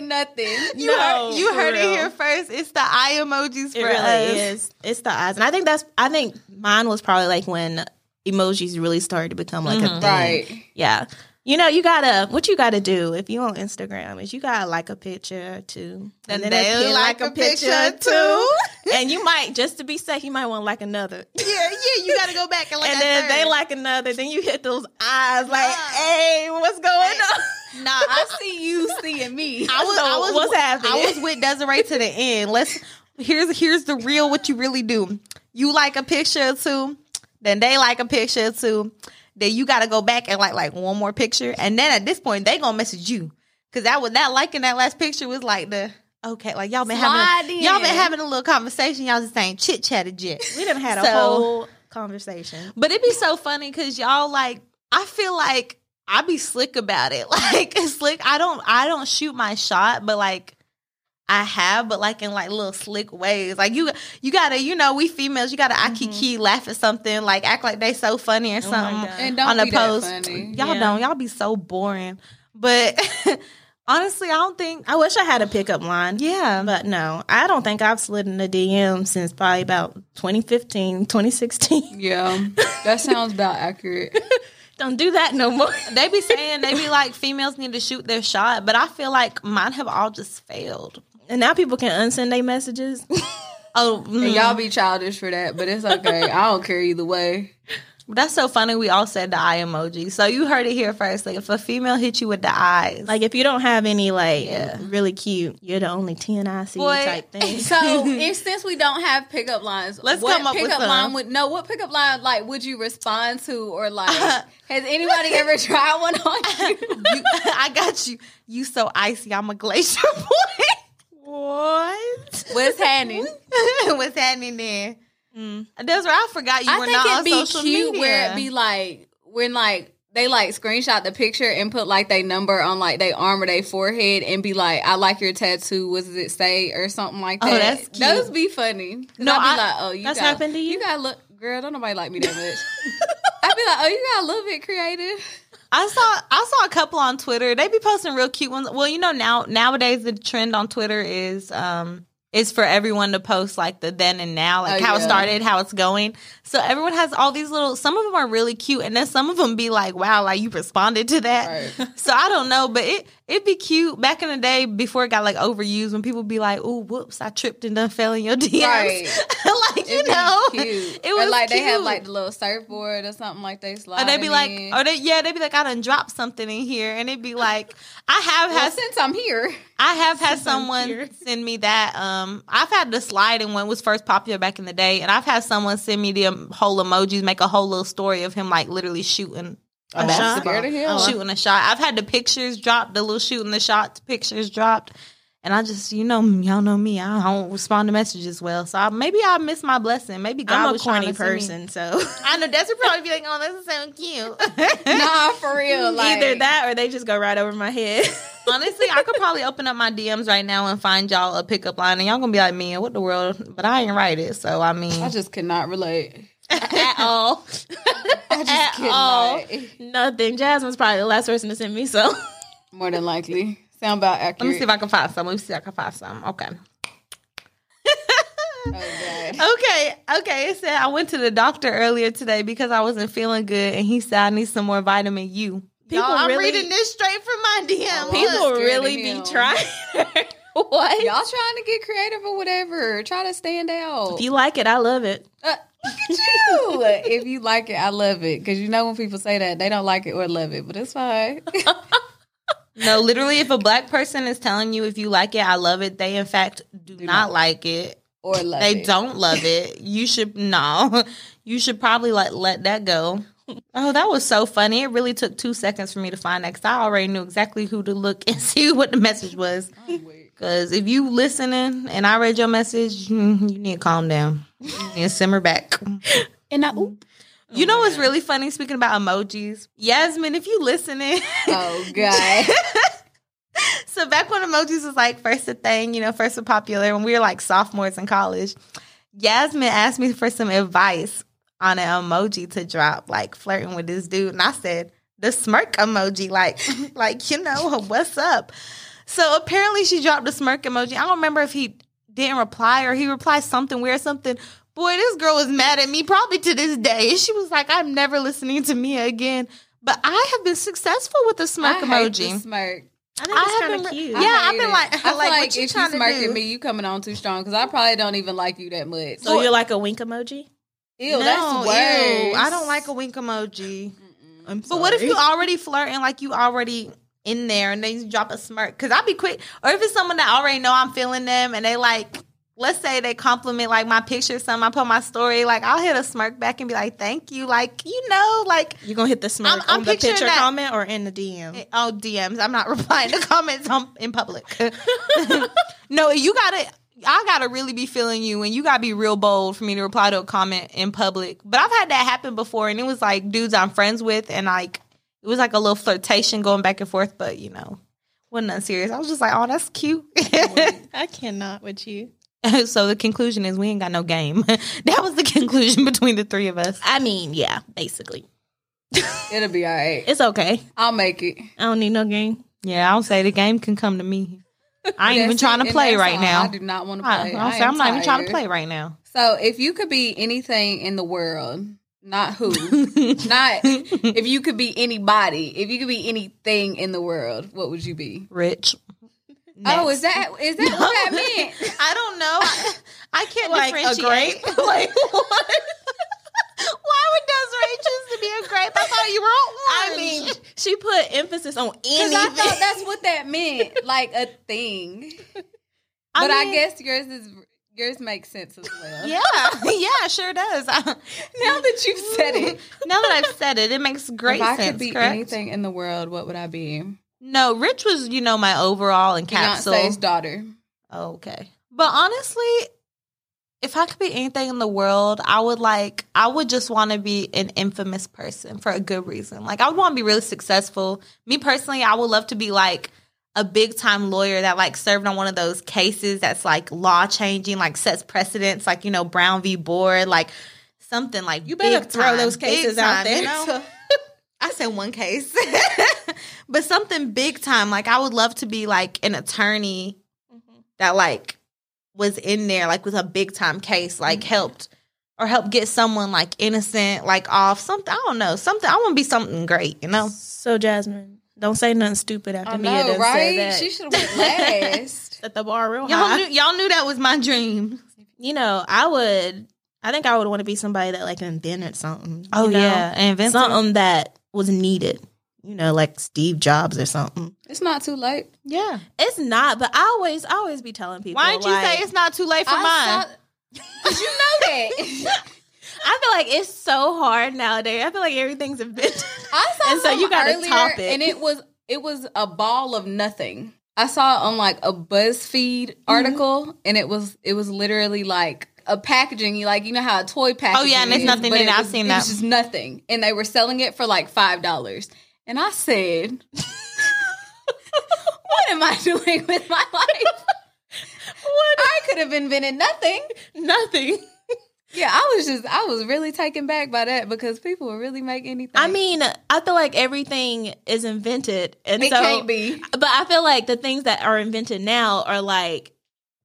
Speaker 3: [laughs]
Speaker 2: nothing.
Speaker 3: you heard,
Speaker 1: No,
Speaker 3: you
Speaker 1: for
Speaker 3: heard it
Speaker 1: real.
Speaker 3: here first. It's the eye emojis for
Speaker 1: It really
Speaker 3: us.
Speaker 1: is. It's the eyes, and I think that's. I think mine was probably like when emojis really started to become like
Speaker 3: Mm-hmm.
Speaker 1: a thing.
Speaker 2: Right.
Speaker 1: Yeah. You know, you gotta what you gotta do if you on Instagram is you gotta like a picture or two,
Speaker 3: Then
Speaker 1: that
Speaker 3: they
Speaker 1: kid
Speaker 3: like a picture
Speaker 1: or
Speaker 3: too. [laughs]
Speaker 1: and you might just to be safe, you might want to like another,
Speaker 3: [laughs] Yeah, yeah. You gotta go back and like.
Speaker 1: and
Speaker 3: that
Speaker 1: then they
Speaker 3: third.
Speaker 1: like another. Then you hit those eyes like,
Speaker 3: Yeah.
Speaker 1: "Hey, what's going on?"
Speaker 3: Nah,
Speaker 2: I see you
Speaker 3: [laughs]
Speaker 2: seeing me.
Speaker 1: [laughs]
Speaker 3: I was,
Speaker 1: So,
Speaker 3: I was,
Speaker 1: what's happening?
Speaker 3: I was with Desiree to the end. Let's here's here's the real what you really do. You like a picture or two, then they like a picture or two, then you gotta go back and like like one more picture, and then at this point they gonna message you because that was that liking that last picture was like the okay like y'all been having
Speaker 2: Slide
Speaker 3: a,
Speaker 2: in.
Speaker 3: y'all been having a little conversation. Y'all just ain't chit chatted yet.
Speaker 1: We didn't had a
Speaker 3: So-
Speaker 1: whole conversation.
Speaker 3: But it'd be so funny because y'all like I feel like I be slick about it. [laughs] Like it's slick. I don't I don't shoot my shot, but like I have, but like in like little slick ways. Like you you gotta, you know, we females, you gotta
Speaker 2: Mm-hmm.
Speaker 3: akiki laugh at something, like act like they so funny or
Speaker 1: Oh my
Speaker 3: something.
Speaker 1: God.
Speaker 2: and don't
Speaker 3: on a
Speaker 2: be that
Speaker 3: post.
Speaker 2: funny.
Speaker 3: Y'all
Speaker 1: Yeah.
Speaker 3: don't, y'all be so boring. But [laughs] honestly, I don't think
Speaker 1: I wish I had a pickup line.
Speaker 3: yeah.
Speaker 1: But no, I don't think I've slid in the DM since probably about 2015, 2016.
Speaker 2: Yeah. That sounds about accurate.
Speaker 1: [laughs] Don't do that no more.
Speaker 3: they be saying they be like females need to shoot their shot, but I feel like mine have all just failed.
Speaker 1: And now people can unsend their messages.
Speaker 3: Oh,
Speaker 2: And
Speaker 3: mm.
Speaker 2: y'all be childish for that, but it's okay. I don't care either way.
Speaker 3: That's so funny. We all said the eye emoji. So you heard it here first. Like if a female hit you with the eyes,
Speaker 1: like if you don't have any like really cute, you're the only ten I see
Speaker 3: Boy.
Speaker 2: [laughs]
Speaker 1: type thing.
Speaker 2: So, if since we don't have pickup lines,
Speaker 3: Let's
Speaker 2: what
Speaker 3: come up with
Speaker 2: pickup
Speaker 3: some.
Speaker 2: line would no? What pickup line like would you respond to, or like
Speaker 3: [laughs]
Speaker 2: has anybody ever tried one on you?
Speaker 3: [laughs] you, [laughs] I got you. You so icy. I'm a glacier [laughs] boy.
Speaker 1: What?
Speaker 2: What's happening?
Speaker 3: [laughs] What's happening there? That's right. I forgot you
Speaker 2: Mm. I
Speaker 3: were
Speaker 2: think
Speaker 3: not
Speaker 2: it'd
Speaker 3: on
Speaker 2: be
Speaker 3: social
Speaker 2: cute
Speaker 3: media.
Speaker 2: where it'd be like when like they like screenshot the picture and put like they number on like they arm or they forehead and be like, I like your tattoo. What does it say or something like
Speaker 3: Oh,
Speaker 2: that?
Speaker 3: that's cute.
Speaker 2: Those be funny.
Speaker 3: No,
Speaker 2: No, I'd be
Speaker 3: I-
Speaker 2: like, oh, you
Speaker 1: that's
Speaker 2: got,
Speaker 1: happened to you?
Speaker 2: You got look, girl. Don't nobody like me
Speaker 3: [laughs]
Speaker 2: that much. I'd be like, oh, you got a little bit creative.
Speaker 3: I saw I saw a couple on Twitter. They be posting real cute ones. Well, you know now nowadays the trend on Twitter is um is for everyone to post like the then and now, like
Speaker 2: Oh,
Speaker 3: how it
Speaker 2: yeah.
Speaker 3: started, how it's going. So everyone has all these little. Some of them are really cute, and then some of them be like, "Wow, like you responded to that."
Speaker 2: Right.
Speaker 3: [laughs] So I don't know, but it it'd be cute. Back in the day, before it got like overused, when people be like, "Oh, whoops, I tripped and done fell in your [laughs] DMs,"
Speaker 2: Right.
Speaker 3: like you
Speaker 2: It'd be
Speaker 3: know,
Speaker 2: cute.
Speaker 3: [laughs] it was
Speaker 2: or like they have
Speaker 3: cute.
Speaker 2: like the little surfboard or something like they slide.
Speaker 3: Or they'd be like, "Oh,
Speaker 2: in.
Speaker 3: or they yeah, they'd be like, I done dropped something in here, and it'd be like, I have
Speaker 1: [laughs]
Speaker 2: well,
Speaker 3: had
Speaker 2: since
Speaker 3: [laughs]
Speaker 2: I'm here, [laughs]
Speaker 3: I have had
Speaker 1: since I'm
Speaker 3: someone
Speaker 1: [laughs] here.
Speaker 3: send me that. Um, I've had the slide and when it was first popular back in the day, and I've had someone send me the um, whole emojis, make a whole little story of him like literally shooting
Speaker 1: A
Speaker 3: a
Speaker 1: shot?
Speaker 3: basketball,
Speaker 2: scared of him.
Speaker 3: shooting a shot. I've had the pictures dropped, the little shooting the shots pictures dropped. And I just, you know, y'all know me. I don't respond to messages well, so I, maybe I miss my blessing. Maybe God
Speaker 1: I'm a
Speaker 3: was trying
Speaker 1: corny
Speaker 3: to send me-
Speaker 1: person, so [laughs]
Speaker 3: I know that's probably be like, oh, that's so cute.
Speaker 2: nah, for real. Like,
Speaker 1: either that or they just go right over my head. [laughs]
Speaker 3: Honestly, I could probably open up my DMs right now and find y'all a pickup line, and y'all gonna be like, "Man, what the world?" But I ain't write it, so I mean,
Speaker 2: I just could not relate.
Speaker 3: [laughs] at all.
Speaker 2: I just
Speaker 3: At
Speaker 2: could
Speaker 3: all.
Speaker 2: not.
Speaker 1: Nothing. Jasmine's probably the last person to send me, so [laughs]
Speaker 2: More than likely. Sound about accurate.
Speaker 3: Let me see if I can find some. Let me see if I can find some. Okay. [laughs]
Speaker 2: Oh, God.
Speaker 3: Okay, okay. It said I went to the doctor earlier today because I wasn't feeling good, and he said I need some more vitamin U.
Speaker 1: People
Speaker 3: Y'all, I'm
Speaker 1: really-
Speaker 3: reading this straight from my DM.
Speaker 2: People
Speaker 3: Look.
Speaker 1: People
Speaker 2: scared
Speaker 1: really
Speaker 2: to
Speaker 1: be
Speaker 2: hell.
Speaker 1: trying. what?
Speaker 2: Oh, Y'all trying to get creative or whatever. Try to stand out.
Speaker 1: If you like it, I love it.
Speaker 2: Uh, look at you.
Speaker 3: [laughs]
Speaker 2: if you like it, I love it. Because you know when people say that, they don't like it or love it, but
Speaker 3: [laughs]
Speaker 2: it's fine.
Speaker 3: [laughs] No, literally, if a black person is telling you if you like it, I love it, they in fact do, not, like it.
Speaker 2: or love
Speaker 3: They
Speaker 2: it.
Speaker 3: don't love it. You should [laughs] no. You should probably like let that go. Oh, that was so funny. It really took two seconds for me to find next. I already knew exactly who to look [laughs] and see what the message was. Cause if you listening and I read your message, mm, you need to calm down. You need to simmer back.
Speaker 2: And I, oop.
Speaker 3: You know what's really funny? Speaking about emojis, Yasmin, if you listening, [laughs]
Speaker 2: oh, God.
Speaker 3: so back when emojis was like first a thing, you know, first were popular when we were like sophomores in college, Yasmin asked me for some advice on an emoji to drop, like flirting with this dude, and I said the smirk emoji, like, [laughs] like you know, [laughs] what's up? So apparently she dropped the smirk emoji. I don't remember if he didn't reply or he replied something weird, something. Boy, this girl was mad at me probably to this day. She was like, "I'm never listening to Mia again." But I have been successful with the smirk
Speaker 2: I hate
Speaker 3: emoji.
Speaker 2: the smirk.
Speaker 1: I think
Speaker 3: I
Speaker 1: it's kind
Speaker 3: haven't
Speaker 1: of
Speaker 3: re-
Speaker 1: cute.
Speaker 3: Yeah,
Speaker 2: I
Speaker 3: I've
Speaker 2: hate
Speaker 3: been [laughs]
Speaker 2: it.
Speaker 3: like-
Speaker 2: I feel
Speaker 3: like, what
Speaker 2: like
Speaker 3: you
Speaker 2: if you
Speaker 3: tryna
Speaker 2: smirk
Speaker 3: do?
Speaker 2: at me, you coming on too strong because I probably don't even like you that much.
Speaker 1: So you're like a wink emoji.
Speaker 2: ew, that's
Speaker 3: No,
Speaker 2: worse.
Speaker 3: ew. I don't like a wink emoji.
Speaker 1: I'm
Speaker 3: But what if you
Speaker 1: sorry.
Speaker 3: already flirting, like you already in there, and then you drop a smirk? Because I'd be quick. Or if it's someone that already know I'm feeling them, and they like, let's say they compliment like my picture, or something I put my story, like I'll hit a smirk back and be like, "Thank you," like you know, like
Speaker 1: you gonna hit the smirk
Speaker 3: I'm- I'm
Speaker 1: on the
Speaker 3: picturing
Speaker 1: picture
Speaker 3: that-
Speaker 1: comment or in the DM?
Speaker 3: Oh, DMs. I'm not [laughs] replying to comments on, in public. [laughs] no, you gotta. I gotta really be feeling you, and you gotta be real bold for me to reply to a comment in public. But I've had that happen before, and it was like dudes I'm friends with, and like it was like a little flirtation going back and forth. But you know, wasn't nothing serious. I was just like, oh, that's cute. [laughs]
Speaker 1: I cannot with you.
Speaker 3: so the conclusion is we ain't got no game. [laughs] that was the conclusion [laughs] between the three of us.
Speaker 1: I mean, yeah, basically,
Speaker 2: It'll be all right.
Speaker 1: it's okay.
Speaker 2: I'll make it.
Speaker 1: I don't need no game.
Speaker 3: Yeah, I don't say the game can come to me. I ain't even
Speaker 2: That's it,
Speaker 3: trying to
Speaker 2: and
Speaker 3: play
Speaker 2: that's
Speaker 3: right
Speaker 2: all.
Speaker 3: now.
Speaker 2: I do not want to
Speaker 3: I,
Speaker 2: play.
Speaker 3: I
Speaker 2: I
Speaker 3: say, I'm
Speaker 2: am
Speaker 3: not even trying
Speaker 2: tired.
Speaker 3: to play right now.
Speaker 2: So, if you could be anything in the world,
Speaker 3: [laughs]
Speaker 2: not who, not if you could be anybody, if you could be anything in the world, what would you be?
Speaker 3: Rich.
Speaker 2: Oh, is that is that what that meant?
Speaker 3: I don't know. I, I can't
Speaker 1: Like a
Speaker 3: differentiate.
Speaker 2: [laughs]
Speaker 1: grape?
Speaker 3: [laughs] like what? Why would Desiree choose to be a grape? I thought you were
Speaker 1: I
Speaker 3: orange.
Speaker 1: mean, [laughs] she put emphasis on
Speaker 2: Because
Speaker 1: anything.
Speaker 2: I thought that's what that meant, like a thing. But I,
Speaker 3: mean-
Speaker 2: guess yours is yours makes sense as well.
Speaker 3: yeah, [laughs] yeah, it sure does. I-
Speaker 2: Now that you've said it,
Speaker 3: now that I've said it, it makes great
Speaker 2: if I
Speaker 3: sense.
Speaker 2: could be
Speaker 3: correct?
Speaker 2: anything in the world, what would I be?
Speaker 3: No, Rich was you know my overall and capsule.
Speaker 2: Beyonce's daughter.
Speaker 3: Okay. But honestly, if I could be anything in the world, I would like I would just want to be an infamous person for a good reason. Like I would want to be really successful. Me personally, I would love to be like a big time lawyer that like served on one of those cases that's like law changing, like sets precedents, like you know Brown v. Board, like something like
Speaker 1: You better
Speaker 3: big
Speaker 1: throw
Speaker 3: time,
Speaker 1: those
Speaker 3: big
Speaker 1: cases
Speaker 3: time,
Speaker 1: out there.
Speaker 3: you [laughs] know? I said one case, [laughs] but something big time. Like I would love to be like an attorney that like was in there like with a big time case like
Speaker 1: Mm-hmm.
Speaker 3: helped or helped get someone like innocent like off something i don't know something i want to be something great you know
Speaker 1: so Jasmine, don't say nothing stupid after
Speaker 2: I
Speaker 1: me. Mia
Speaker 2: know,
Speaker 1: done said
Speaker 2: right?
Speaker 1: that.
Speaker 2: She should have went
Speaker 3: [laughs]
Speaker 2: last.
Speaker 1: Set the bar real
Speaker 3: y'all
Speaker 1: high.
Speaker 3: knew, y'all knew that was my dream
Speaker 1: you know, I would. I think I would want to be somebody that like invented something. you know?
Speaker 3: and
Speaker 1: something that was needed. You know, like Steve Jobs or something.
Speaker 2: it's not too late.
Speaker 3: yeah
Speaker 1: It's not, but I always, I always be telling people.
Speaker 3: why did you
Speaker 1: like-
Speaker 3: say it's not too late for mine
Speaker 2: [laughs] Because
Speaker 3: [laughs]
Speaker 2: you know that.
Speaker 1: I feel like it's so hard nowadays. I feel like everything's invented. [laughs]
Speaker 2: I saw
Speaker 1: And so
Speaker 2: some
Speaker 1: you got a
Speaker 2: earlier,
Speaker 1: topic.
Speaker 2: and it was it was a ball of nothing. I saw it on like a BuzzFeed
Speaker 1: Mm-hmm.
Speaker 2: article, and it was it was literally like a packaging, you like you know how a toy
Speaker 1: Oh,
Speaker 2: package.
Speaker 3: yeah, and there's nothing in it. I've seen that.
Speaker 2: It's just nothing, and they were selling it for like five dollars. And I said, [laughs] "What am I doing with my life?
Speaker 1: what?
Speaker 2: I could have invented nothing."
Speaker 1: Nothing.
Speaker 2: Yeah, I was just I was really taken back by that because people will really make anything.
Speaker 1: I mean, I feel like everything is invented, and
Speaker 2: it
Speaker 1: so
Speaker 2: can't be.
Speaker 1: but I feel like the things that are invented now are like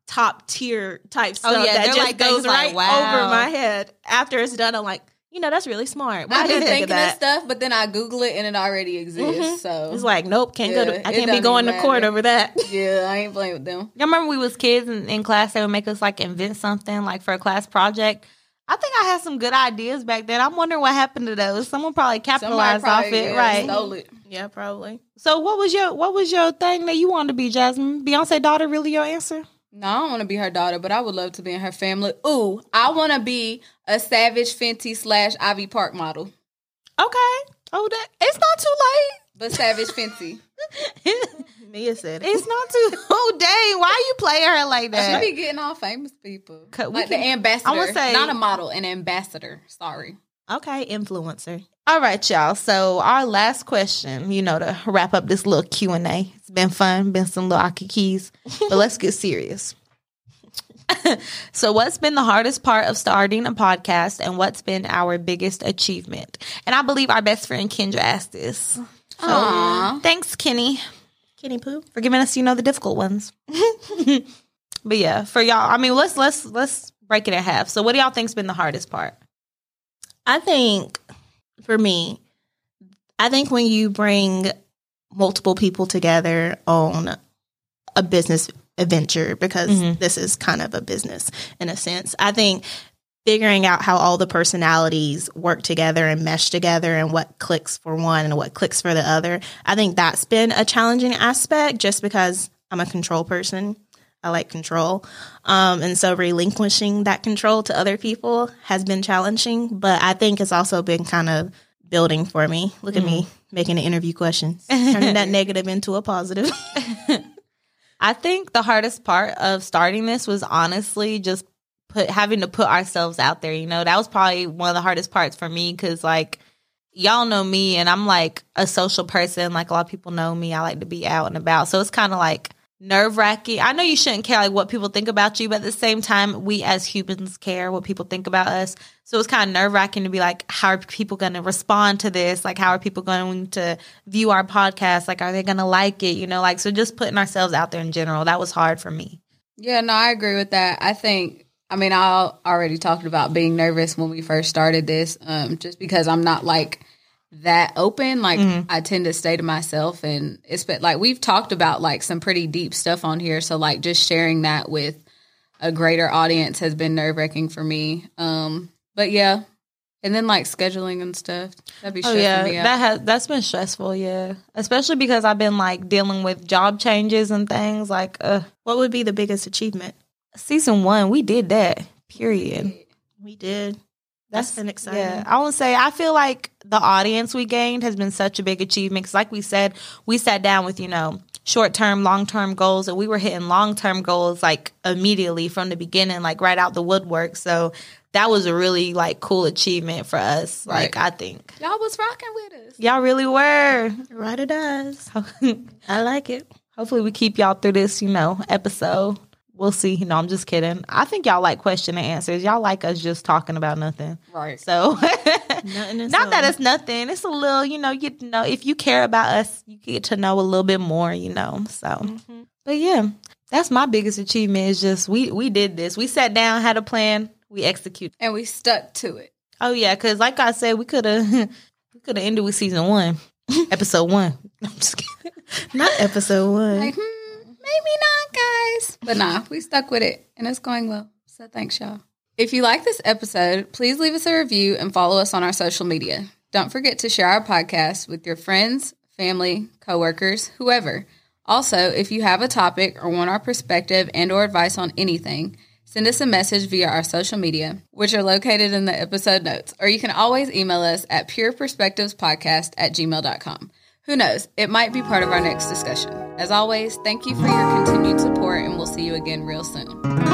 Speaker 1: top tier type stuff
Speaker 3: yeah,
Speaker 1: that
Speaker 3: they're
Speaker 1: just
Speaker 3: like
Speaker 1: goes
Speaker 3: things
Speaker 1: right
Speaker 3: like, wow.
Speaker 1: over my head. After it's done, I'm like, you know, that's really smart. Why
Speaker 2: I've
Speaker 1: did
Speaker 2: been
Speaker 1: I think
Speaker 2: thinking
Speaker 1: of
Speaker 2: of
Speaker 1: that?
Speaker 2: stuff, but then I Google it and it already
Speaker 3: Mm-hmm.
Speaker 2: exists.
Speaker 1: Mhm.
Speaker 2: So
Speaker 1: It's like, nope, can't go.
Speaker 2: Yeah,
Speaker 1: To, I
Speaker 2: it
Speaker 1: can't be
Speaker 2: doesn't
Speaker 1: going to
Speaker 2: even
Speaker 1: court
Speaker 2: matter.
Speaker 1: over that.
Speaker 2: yeah, I ain't playing with them.
Speaker 3: Y'all remember we was kids in, in class, they would make us like invent something like for a class project. I think I had some good ideas back then. I'm wondering what happened to those. Someone probably
Speaker 2: Somebody
Speaker 3: capitalized
Speaker 2: probably,
Speaker 3: off it,
Speaker 2: yeah,
Speaker 3: right?
Speaker 2: Stole it.
Speaker 1: Yeah, probably.
Speaker 3: So what was your what was your thing that you wanted to be, Jasmine? Beyonce daughter really your answer?
Speaker 2: No, I don't want to be her daughter, but I would love to be in her family. Ooh, I want to be a Savage Fenty slash Ivy Park model,
Speaker 3: Okay. Oh, that it's not too
Speaker 2: but Savage Fenty.
Speaker 3: late. [laughs]
Speaker 1: Mia said it.
Speaker 3: it's not too. [laughs] Oh, dang! Why you play her
Speaker 1: [laughs]
Speaker 3: like
Speaker 2: She
Speaker 3: [laughs] that?
Speaker 2: be getting all famous people,
Speaker 3: Cut- we
Speaker 2: like
Speaker 3: can-
Speaker 2: the ambassador.
Speaker 3: I would say-
Speaker 2: not a model, an ambassador. Sorry.
Speaker 1: Okay, influencer.
Speaker 3: All right, y'all. So our last question, you know, to wrap up this little Q and A. It's been fun, been some little aki keys, but let's get serious. [laughs] so, what's been the hardest part of starting a podcast, and what's been our biggest achievement? And I believe our best friend Kendra asked this. Oh,
Speaker 2: Aww.
Speaker 3: Thanks, Kenny,
Speaker 1: Kitty poo.
Speaker 3: for giving us, you know, the difficult ones. [laughs] but yeah, for y'all, I mean, let's let's let's break it in half. So, what do y'all think's been the hardest part?
Speaker 1: I think for me, I think when you bring multiple people together on a business adventure, because
Speaker 3: Mhm.
Speaker 1: this is kind of a business in a sense, I think figuring out how all the personalities work together and mesh together and what clicks for one and what clicks for the other, I think that's been a challenging aspect just because I'm a control person. I like control. Um, and so relinquishing that control to other people has been challenging, but I think it's also been kind of building for me. Look at me making the interview [laughs] questions, turning that negative into a positive. [laughs]
Speaker 3: I think the hardest part of starting this was honestly just put having to put ourselves out there. You know, that was probably one of the hardest parts for me because like y'all know me and I'm like a social person. Like a lot of people know me. I like to be out and about. So it's kind of like nerve wracking. I know you shouldn't care like what people think about you, but at the same time, we as humans care what people think about us. So it's kind of nerve wracking to be like, how are people going to respond to this? Like, how are people going to view our podcast? Like, are they going to like it? You know, like, so just putting ourselves out there in general, that was hard for me.
Speaker 2: Yeah, no, I agree with that. I think, I mean, I already talked about being nervous when we first started this, um, just because I'm not like that open. Like, I tend to stay to myself, and it's been like we've talked about like some pretty deep stuff on here. So, like, just sharing that with a greater audience has been nerve wracking for me. Um, but yeah, and then like scheduling and stuff that'd be stressing me
Speaker 3: Oh,
Speaker 2: out.
Speaker 3: that has that's been stressful. Yeah, especially because I've been like dealing with job changes and things. Like, uh,
Speaker 1: what would be the biggest achievement?
Speaker 3: season one, we did that. Period.
Speaker 1: We did. That's been exciting.
Speaker 3: Yeah, I want to say I feel like the audience we gained has been such a big achievement. 'Cause like we said, we sat down with you know short term, long term goals, and we were hitting long term goals like immediately from the beginning, like right out the woodwork. So that was a really like cool achievement for us. Like I think
Speaker 2: Y'all was rocking with us.
Speaker 3: y'all really were. [laughs]
Speaker 1: Right it does. I like it.
Speaker 3: Hopefully we keep y'all through this, you know, episode. We'll see. No, I'm just kidding. I think y'all like question and answers. Y'all like us just talking about nothing.
Speaker 2: Right.
Speaker 3: So [laughs]
Speaker 1: Nothing is
Speaker 3: Not that
Speaker 1: known.
Speaker 3: it's nothing. It's a little, you know, you get to know if you care about us, you get to know a little bit more, you know. So,
Speaker 1: Mm-hmm.
Speaker 3: but yeah, that's my biggest achievement is just we we did this. We sat down, had a plan, we executed.
Speaker 2: And we stuck to it.
Speaker 3: Oh yeah, because like I said, we could have [laughs] we could have ended with season one, episode one. [laughs] I'm just kidding.
Speaker 1: Not episode one.
Speaker 2: like, hmm, maybe not, guys. But nah, we stuck with it and it's going well. So thanks, y'all. If you like this episode, please leave us a review and follow us on our social media. Don't forget to share our podcast with your friends, family, coworkers, whoever. Also, if you have a topic or want our perspective and or advice on anything, send us a message via our social media, which are located in the episode notes, or you can always email us at pureperspectivespodcast at gmail.com. Who knows? It might be part of our next discussion. As always, thank you for your continued support, and we'll see you again real soon.